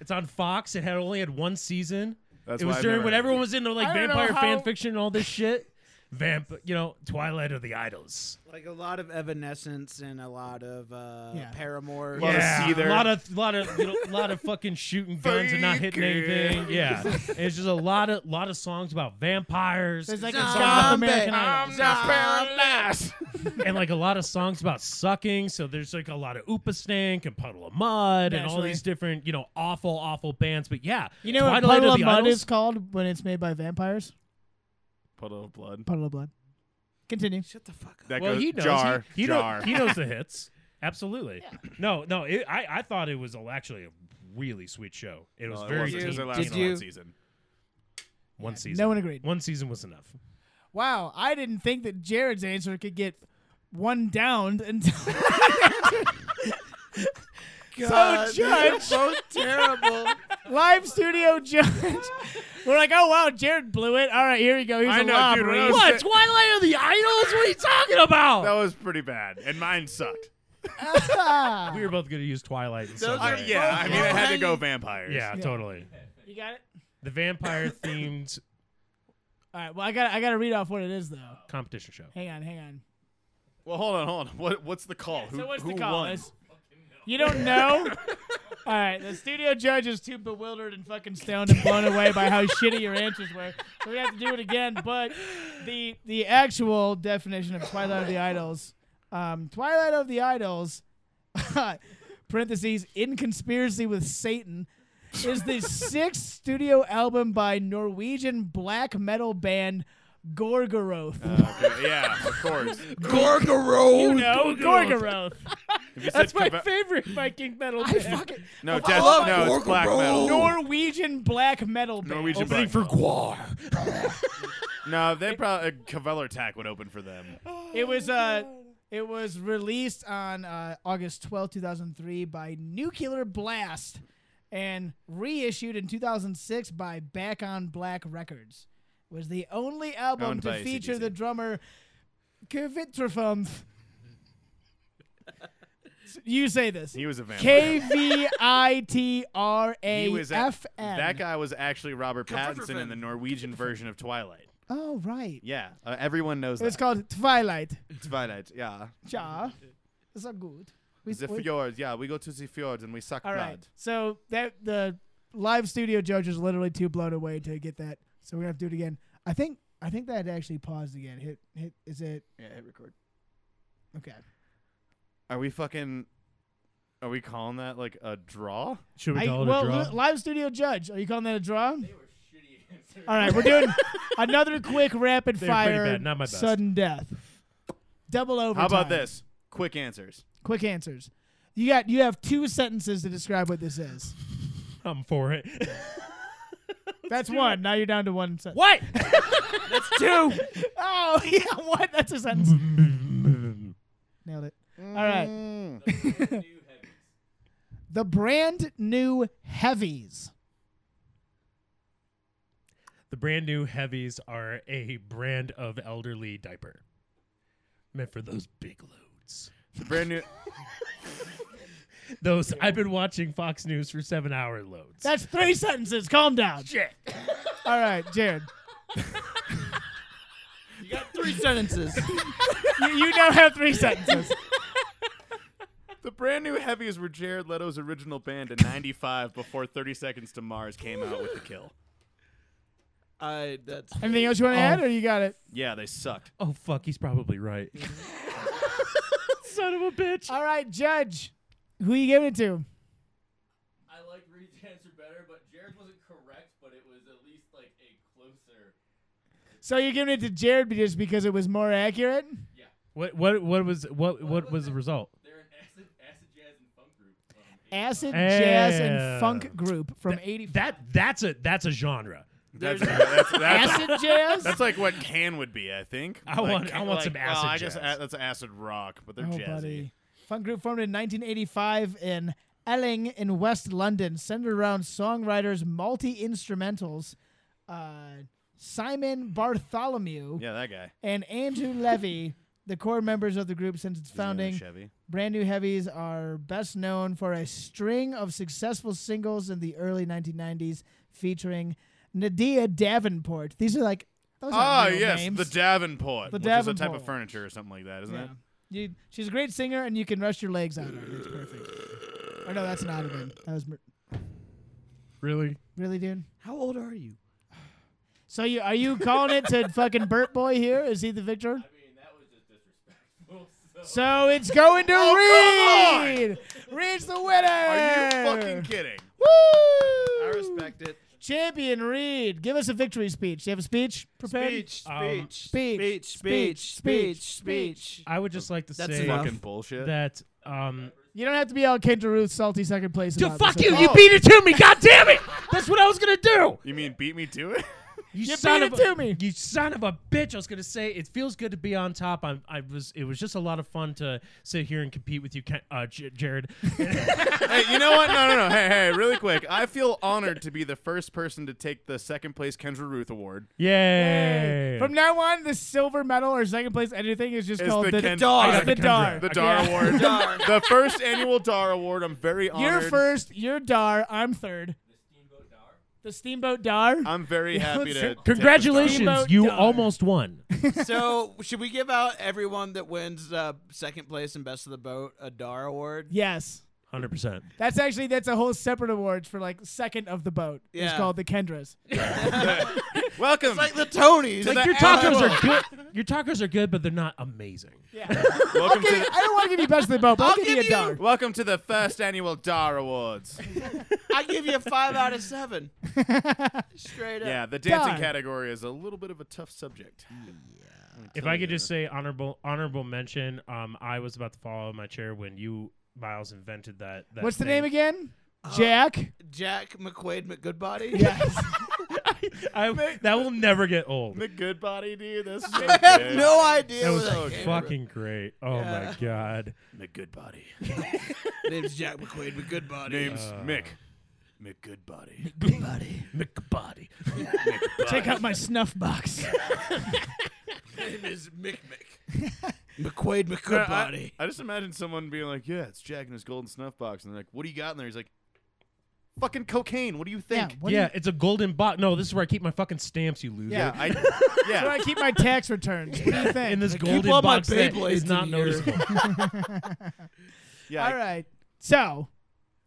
E: It's on Fox. It had only had one season.
C: That's
E: it
C: why
E: was
C: I've
E: during
C: never
E: when
C: heard
E: everyone
C: it.
E: was into like
B: I don't know
E: vampire fan
B: how-
E: fiction and all this shit. Vamp, you know, Twilight of the Idols.
D: Like a lot of Evanescence and a lot of uh,
B: Yeah.
D: Paramore.
C: A lot of
E: yeah,
C: Seether.
E: a lot of lot of you know, lot of fucking shooting guns and not hitting
C: Freaky.
E: anything. Yeah, And it's just a lot of lot of songs about vampires.
B: There's like a
D: Zombie.
B: South American Idol.
E: and like a lot of songs about sucking. So there's like a lot of Oopa Stank and Puddle of Mud and all
B: Naturally.
E: these different, you know, awful, awful bands. But yeah,
B: You know what
E: Twilight
B: puddle of
E: the
B: mud
E: Idols-
B: is called when it's made by vampires?
C: Puddle of blood.
B: Puddle of blood. Continue.
D: Shut the fuck up.
C: That
E: Well,
C: goes
E: he knows.
C: jar.
E: he, he, know-
C: jar.
E: he knows the hits. Absolutely. No, no. It, I I thought it was a- actually a really sweet show. It was
C: No, it
E: very
C: wasn't, 'cause it
E: teen-
D: Did
C: lasted
D: you-
C: one season.
E: one season.
B: No one agreed.
E: One season was enough.
B: Wow, I didn't think that Jared's answer could get one downed until. so judge,
D: both terrible.
B: live studio judge. We're like, oh wow, Jared blew it. All right, here we go. Here's
C: I
B: a
C: know,
B: lob,
C: dude, when I
B: Reed.
C: was-
E: What? Twilight of the Idols? What are you talking about?
C: That was pretty bad, and mine sucked.
E: we were both going to use Twilight. And
D: Those
E: stuff,
D: are-
C: I,
E: right?
C: yeah, I mean, I had to go
D: hanging-
C: vampires.
E: yeah, totally.
B: you got it.
E: The vampire themed
B: All right. Well, I got I got to read off what it is though.
E: competition show.
B: Hang on, hang on.
F: Well, hold on, hold on. What what's the call? who
B: so what's
F: who
B: the call?
F: won?
B: It's- You don't know? All right, the studio judge is too bewildered and fucking stoned and blown away by how shitty your answers were, so we have to do it again. But the the actual definition of Twilight of the Idols, um, Twilight of the Idols, parentheses in conspiracy with Satan, is the sixth studio album by Norwegian black metal band Gorgoroth.
F: Uh, Okay, yeah, of course.
B: you know Gorgoroth.
F: If you
E: That's
F: said
E: my
F: Cava-
E: favorite Viking metal
B: I
E: band.
B: fucking
F: No,
B: I
F: death,
B: love
F: no, it's black metal.
B: Norwegian black metal band.
F: Norwegian
E: Opening
F: black
E: for
F: metal.
E: Guar.
F: No, they probably Cavella Attack would open for them.
B: It was uh it was released on uh, August twelfth, two 2003 by Nuclear Blast and reissued in 2006 by Back on Black Records. It was the only album
F: Owned
B: to
F: by
B: feature
F: AC/DC.
B: the drummer Kvitrafumf. you say this.
F: He was a vampire.
B: K V I T R
F: He
B: A
F: was a-
B: F N.
F: That guy was actually Robert Pattinson in
G: Cumberfin.
F: the Norwegian version of Twilight.
B: Oh right.
F: Yeah, uh, everyone knows
B: It's
F: that.
B: called Twilight.
F: Twilight. Yeah,
B: Ja, it's not good. We,
F: the
B: we-
F: fjords. Yeah, we go to the fjords and we suck
B: all right.
F: blood.
B: So that the live studio judge is literally too blown away to get that. So we're gonna have to do it again. I think I think that actually paused again. Hit hit. Is it
F: Yeah, hit record.
B: okay?
F: Are we fucking? Are we calling that like a draw?
E: Should we
B: I-
E: call it
B: well,
E: a draw?
B: li- live studio judge. Are you calling that a draw?
G: They were shitty answers.
B: All right, we're doing another quick rapid
E: They were pretty
B: fire
E: bad, not my best.
B: sudden death. Double over.
F: How about this? Quick answers.
B: Quick answers. You got you have two sentences to describe what this is.
E: I'm for it.
B: That's one. Now you're down to one sentence.
E: what?
B: two. oh yeah, what? That's a sentence. Nailed it. All right.
F: Mm.
G: New heavies.
B: The brand new heavies.
E: the brand new heavies are a brand of elderly diaper meant for those big loads.
F: Brand new.
E: Those I've been watching Fox News for seven hour loads.
B: That's three sentences. Calm down. Shit. All right, Jared.
D: You got three sentences.
B: You, you now have three sentences.
F: The brand new heavies were Jared Leto's original band in '95 before 30 Seconds to Mars came out with the kill.
D: I that's
B: Anything else you want to add, or you got it?
F: Yeah, they sucked.
E: oh fuck, he's probably right. Son of a bitch.
B: All right, Judge. Who you giving it to?
G: I liked Reed's answer better, but Jared wasn't correct, but it was at least like a closer.
B: So you're giving it to Jared just because it was more accurate?
E: What what what was what what was the result?
G: They're an acid, acid jazz, and funk group. From
B: Acid, jazz, and
E: Yeah.
B: funk group from eighty.
E: That that's a that's a genre.
F: That's, that's, that's,
B: acid jazz.
F: that's like what can would be, I think.
E: I
F: Like,
E: want- I want some
F: well,
E: acid
F: I guess
E: jazz.
F: a- that's acid rock, but they're
B: Oh,
F: jazzy.
B: buddy. Funk group formed in 1985 in Elling in West London, centered around songwriters, multi instrumentals, uh, Simon Bartholomew
F: Yeah, that guy.
B: and Andrew Levy. The core members of the group since its
F: His name was
B: founding.
F: Chevy.
B: Brand New Heavies are best known for a string of successful singles in the early 1990s featuring Nadia Davenport. These are like those
F: Ah,
B: are real
F: yes,
B: names.
F: the Davenport,
B: The
F: which is a type
B: Davenport.
F: of furniture or something like that, isn't
B: Yeah.
F: it?
B: You, she's a great singer, and you can rest your legs out on her. It's perfect. Or no, that's not Audubon. That was Mer-
E: Really?
B: really, dude.
D: how old are you?
B: So you are you calling it to fucking Burt Boy here? Is he the victor?
G: I mean, that was just disrespectful. So,
B: So it's going to
F: Oh, come
B: Reed. Reed's the winner.
F: Are you fucking kidding?
B: Woo!
D: I respect it.
B: Champion Reed, give us a victory speech. Do you have a speech prepared?
D: Speech,
E: Um,
D: speech,
B: speech,
D: speech, speech,
B: speech,
D: speech, speech.
E: I would just like to
D: That's
E: say
D: enough.
F: Fucking bullshit.
E: that um
B: You don't have to be all Kendra Ruth salty second place.
E: Dude,
B: about
E: fuck
B: this,
E: you!
B: okay?
E: You
F: Oh.
E: beat it to me! God damn it! That's what I was gonna do.
F: you mean beat me to it?
E: You,
B: son of a-
E: You son of a bitch! I was gonna say it feels good to be on top. I'm, I was. It was just a lot of fun to sit here and compete with you, Ken, uh, J- Jared.
F: hey, you know what? No, no, no. Hey, hey, really quick. I feel honored to be the first person to take the second place Kendra Ruth Award.
E: Yay!
B: From now on, the silver medal or second place anything is just
F: It's
B: called
F: the
B: the,
F: Ken-
B: dar.
E: I
B: It's
E: got
B: the
E: the Kendra.
B: dar.
F: The DAR
B: Yeah.
F: Award. the first annual DAR Award. I'm very honored.
B: You're first. You're dar. I'm third.
G: the Steamboat Dar.
B: The Steamboat Dar.
F: I'm very happy to. take the
E: Congratulations,
B: Steamboat
E: you
B: Dar.
E: almost won.
D: so should we give out everyone that wins uh, second place and best of the boat a Dar award?
B: yes.
E: 100%.
B: That's actually that's a whole separate award for like second of the boat. It's
D: Yeah.
B: called the Kendras.
F: Star. Welcome.
D: Like the Tonys.
F: To
E: Like
F: the
E: your tacos
F: animal.
E: are good. Your tacos are good, but they're not amazing.
B: Yeah.
F: welcome to.
B: I don't want to give you best of the boat, but I'll,
D: I'll
B: give,
D: give
B: you a
D: you-
B: dar.
F: Welcome to the first annual DAR Awards.
D: I give you a five out of seven. Straight up.
F: Yeah, the dancing
B: Dar.
F: category is a little bit of a tough subject.
E: If I could just say honorable honorable mention, um, I was about to fall out of my chair when you Miles invented that. that
B: What's the
E: thing.
B: name again? Jack.
D: Jack McQuaid McGoodbody.
B: Yes.
E: I, that will never get old.
F: The good body, dude. That's
D: I have no idea.
E: That
D: where
E: was
D: that came from.
E: fucking great. Oh my god.
F: The good body.
D: Name's Jack McQuaid McGoodbody.
F: Name's Mick. Mick Goodbody.
B: Everybody.
E: McBody.
B: Take out my snuff box.
D: Name is Mick Mick. McQuaid
F: No, I-
D: McGoodbody.
F: I, just imagine someone being like, "Yeah, it's Jack in his golden snuff box," and they're like, "What do you got in there?" He's like, "Fucking cocaine." What do you
B: yeah.
F: think?
B: What
E: yeah,
B: Do
E: it's a golden box. No, this is where I keep my fucking stamps, you loser.
F: Yeah, I,
B: you, where
F: yeah.
B: I keep my tax returns. What do you think?
E: In this
D: keep
E: golden
D: all my
E: box that
D: Beyblades
E: is
D: in
E: not
D: here.
E: noticeable.
F: yeah.
B: All right. So,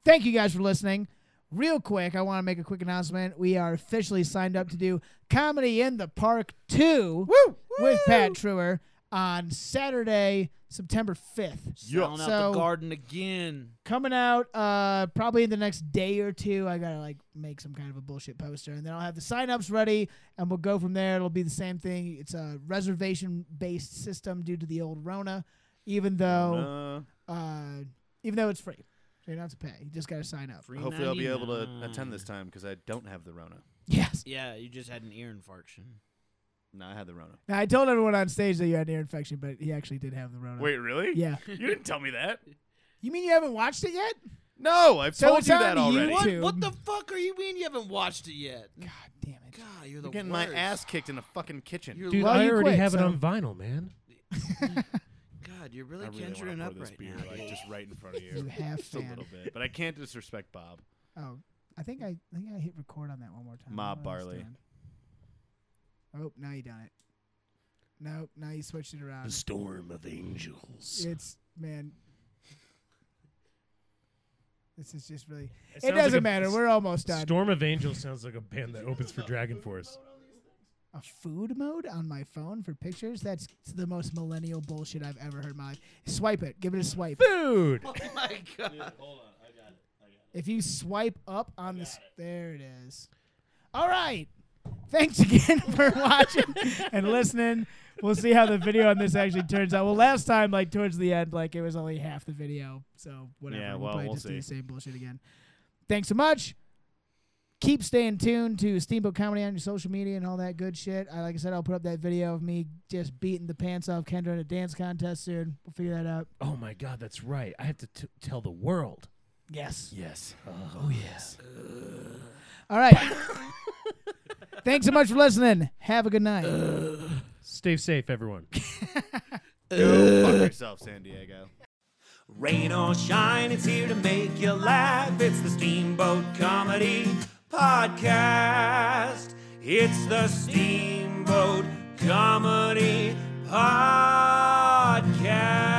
B: thank you guys for listening. Real quick, I want to make a quick announcement. We are officially signed up to do Comedy in the Park 2 with Pat Truer on Saturday, September 5th.
D: Selling out
B: So-
D: the garden again.
B: Coming out uh, probably in the next day or two. I got to like make some kind of a bullshit poster and then I'll have the signups ready and we'll go from there. It'll be the same thing. It's a reservation based system due to the old Rona, even though
F: Uh,
B: uh, even though it's free. So you don't have to pay. You just got to sign up.
F: Uh, hopefully, I'll be able to attend
D: 3.99.
F: this time because I don't have the Rona.
B: Yes.
D: Yeah, you just had an ear infarction.
F: No, I had the Rona.
B: Now, I told everyone on stage that you had an ear infection, but he actually did have the Rona.
F: Wait, really?
B: Uh, Yeah.
F: You didn't tell me that.
B: You mean you haven't watched it yet?
F: No, I've
B: So
F: told
B: it's
F: you that
B: on you.
F: already.
B: What?
D: What,
B: Dude.
D: what the fuck are you mean you haven't watched it yet?
B: God damn it.
D: God, you're the
F: I'm getting
D: worst.
F: my ass kicked in a fucking kitchen.
D: You're
E: Dude,
B: Well,
E: I
B: you
E: already
B: quit,
E: have it
B: so-
E: on vinyl, man.
D: God, you're really,
F: I really want
D: conjuring
F: to
D: up
F: pour this
D: right
F: beer
D: now.
F: like just right in front of you.
B: You have
F: just a
B: fan.
F: little bit, but I can't disrespect Bob.
B: Oh, I think I, I think I hit record on that one more time. I
F: Ma
B: don't
F: Barley.
B: understand. Oh, now you done it. Nope. Now you switched it around.
E: storm of angels.
B: It's man. This is just really.
E: It
B: It,
E: sounds like
B: doesn't
E: a-
B: matter. We're almost done.
E: Storm of Angels sounds like a band that opens for Dragon Force.
B: a food mode on my phone for pictures. That's the most millennial bullshit I've ever heard in my life. Swipe it. Give it a swipe.
E: Food.
D: Oh my god.
H: Hold on, I got it. I got it.
B: If you swipe up on this, there it is. All right. Thanks again for watching and listening. We'll see how the video on this actually turns out. Well, last time, like towards the end, like it was only half the video, so whatever.
F: Yeah,
B: we'll,
F: well,
B: probably
F: we'll
B: just do
F: see.
B: the same bullshit again. Thanks so much. Keep staying tuned to Steamboat Comedy on your social media and all that good shit. I, like I said, I'll put up that video of me just beating the pants off Kendra in a dance contest soon. We'll figure that out.
E: Oh my god, that's right. I have to t- tell the world.
B: Yes.
F: Yes.
B: Oh yes. All right. Thanks so much for listening. Have a good night.
E: Stay safe, everyone.
F: Go fuck yourself, San Diego.
A: Rain or shine, it's here to make you laugh. It's the Steamboat Comedy Podcast. It's the Steamboat Comedy Podcast.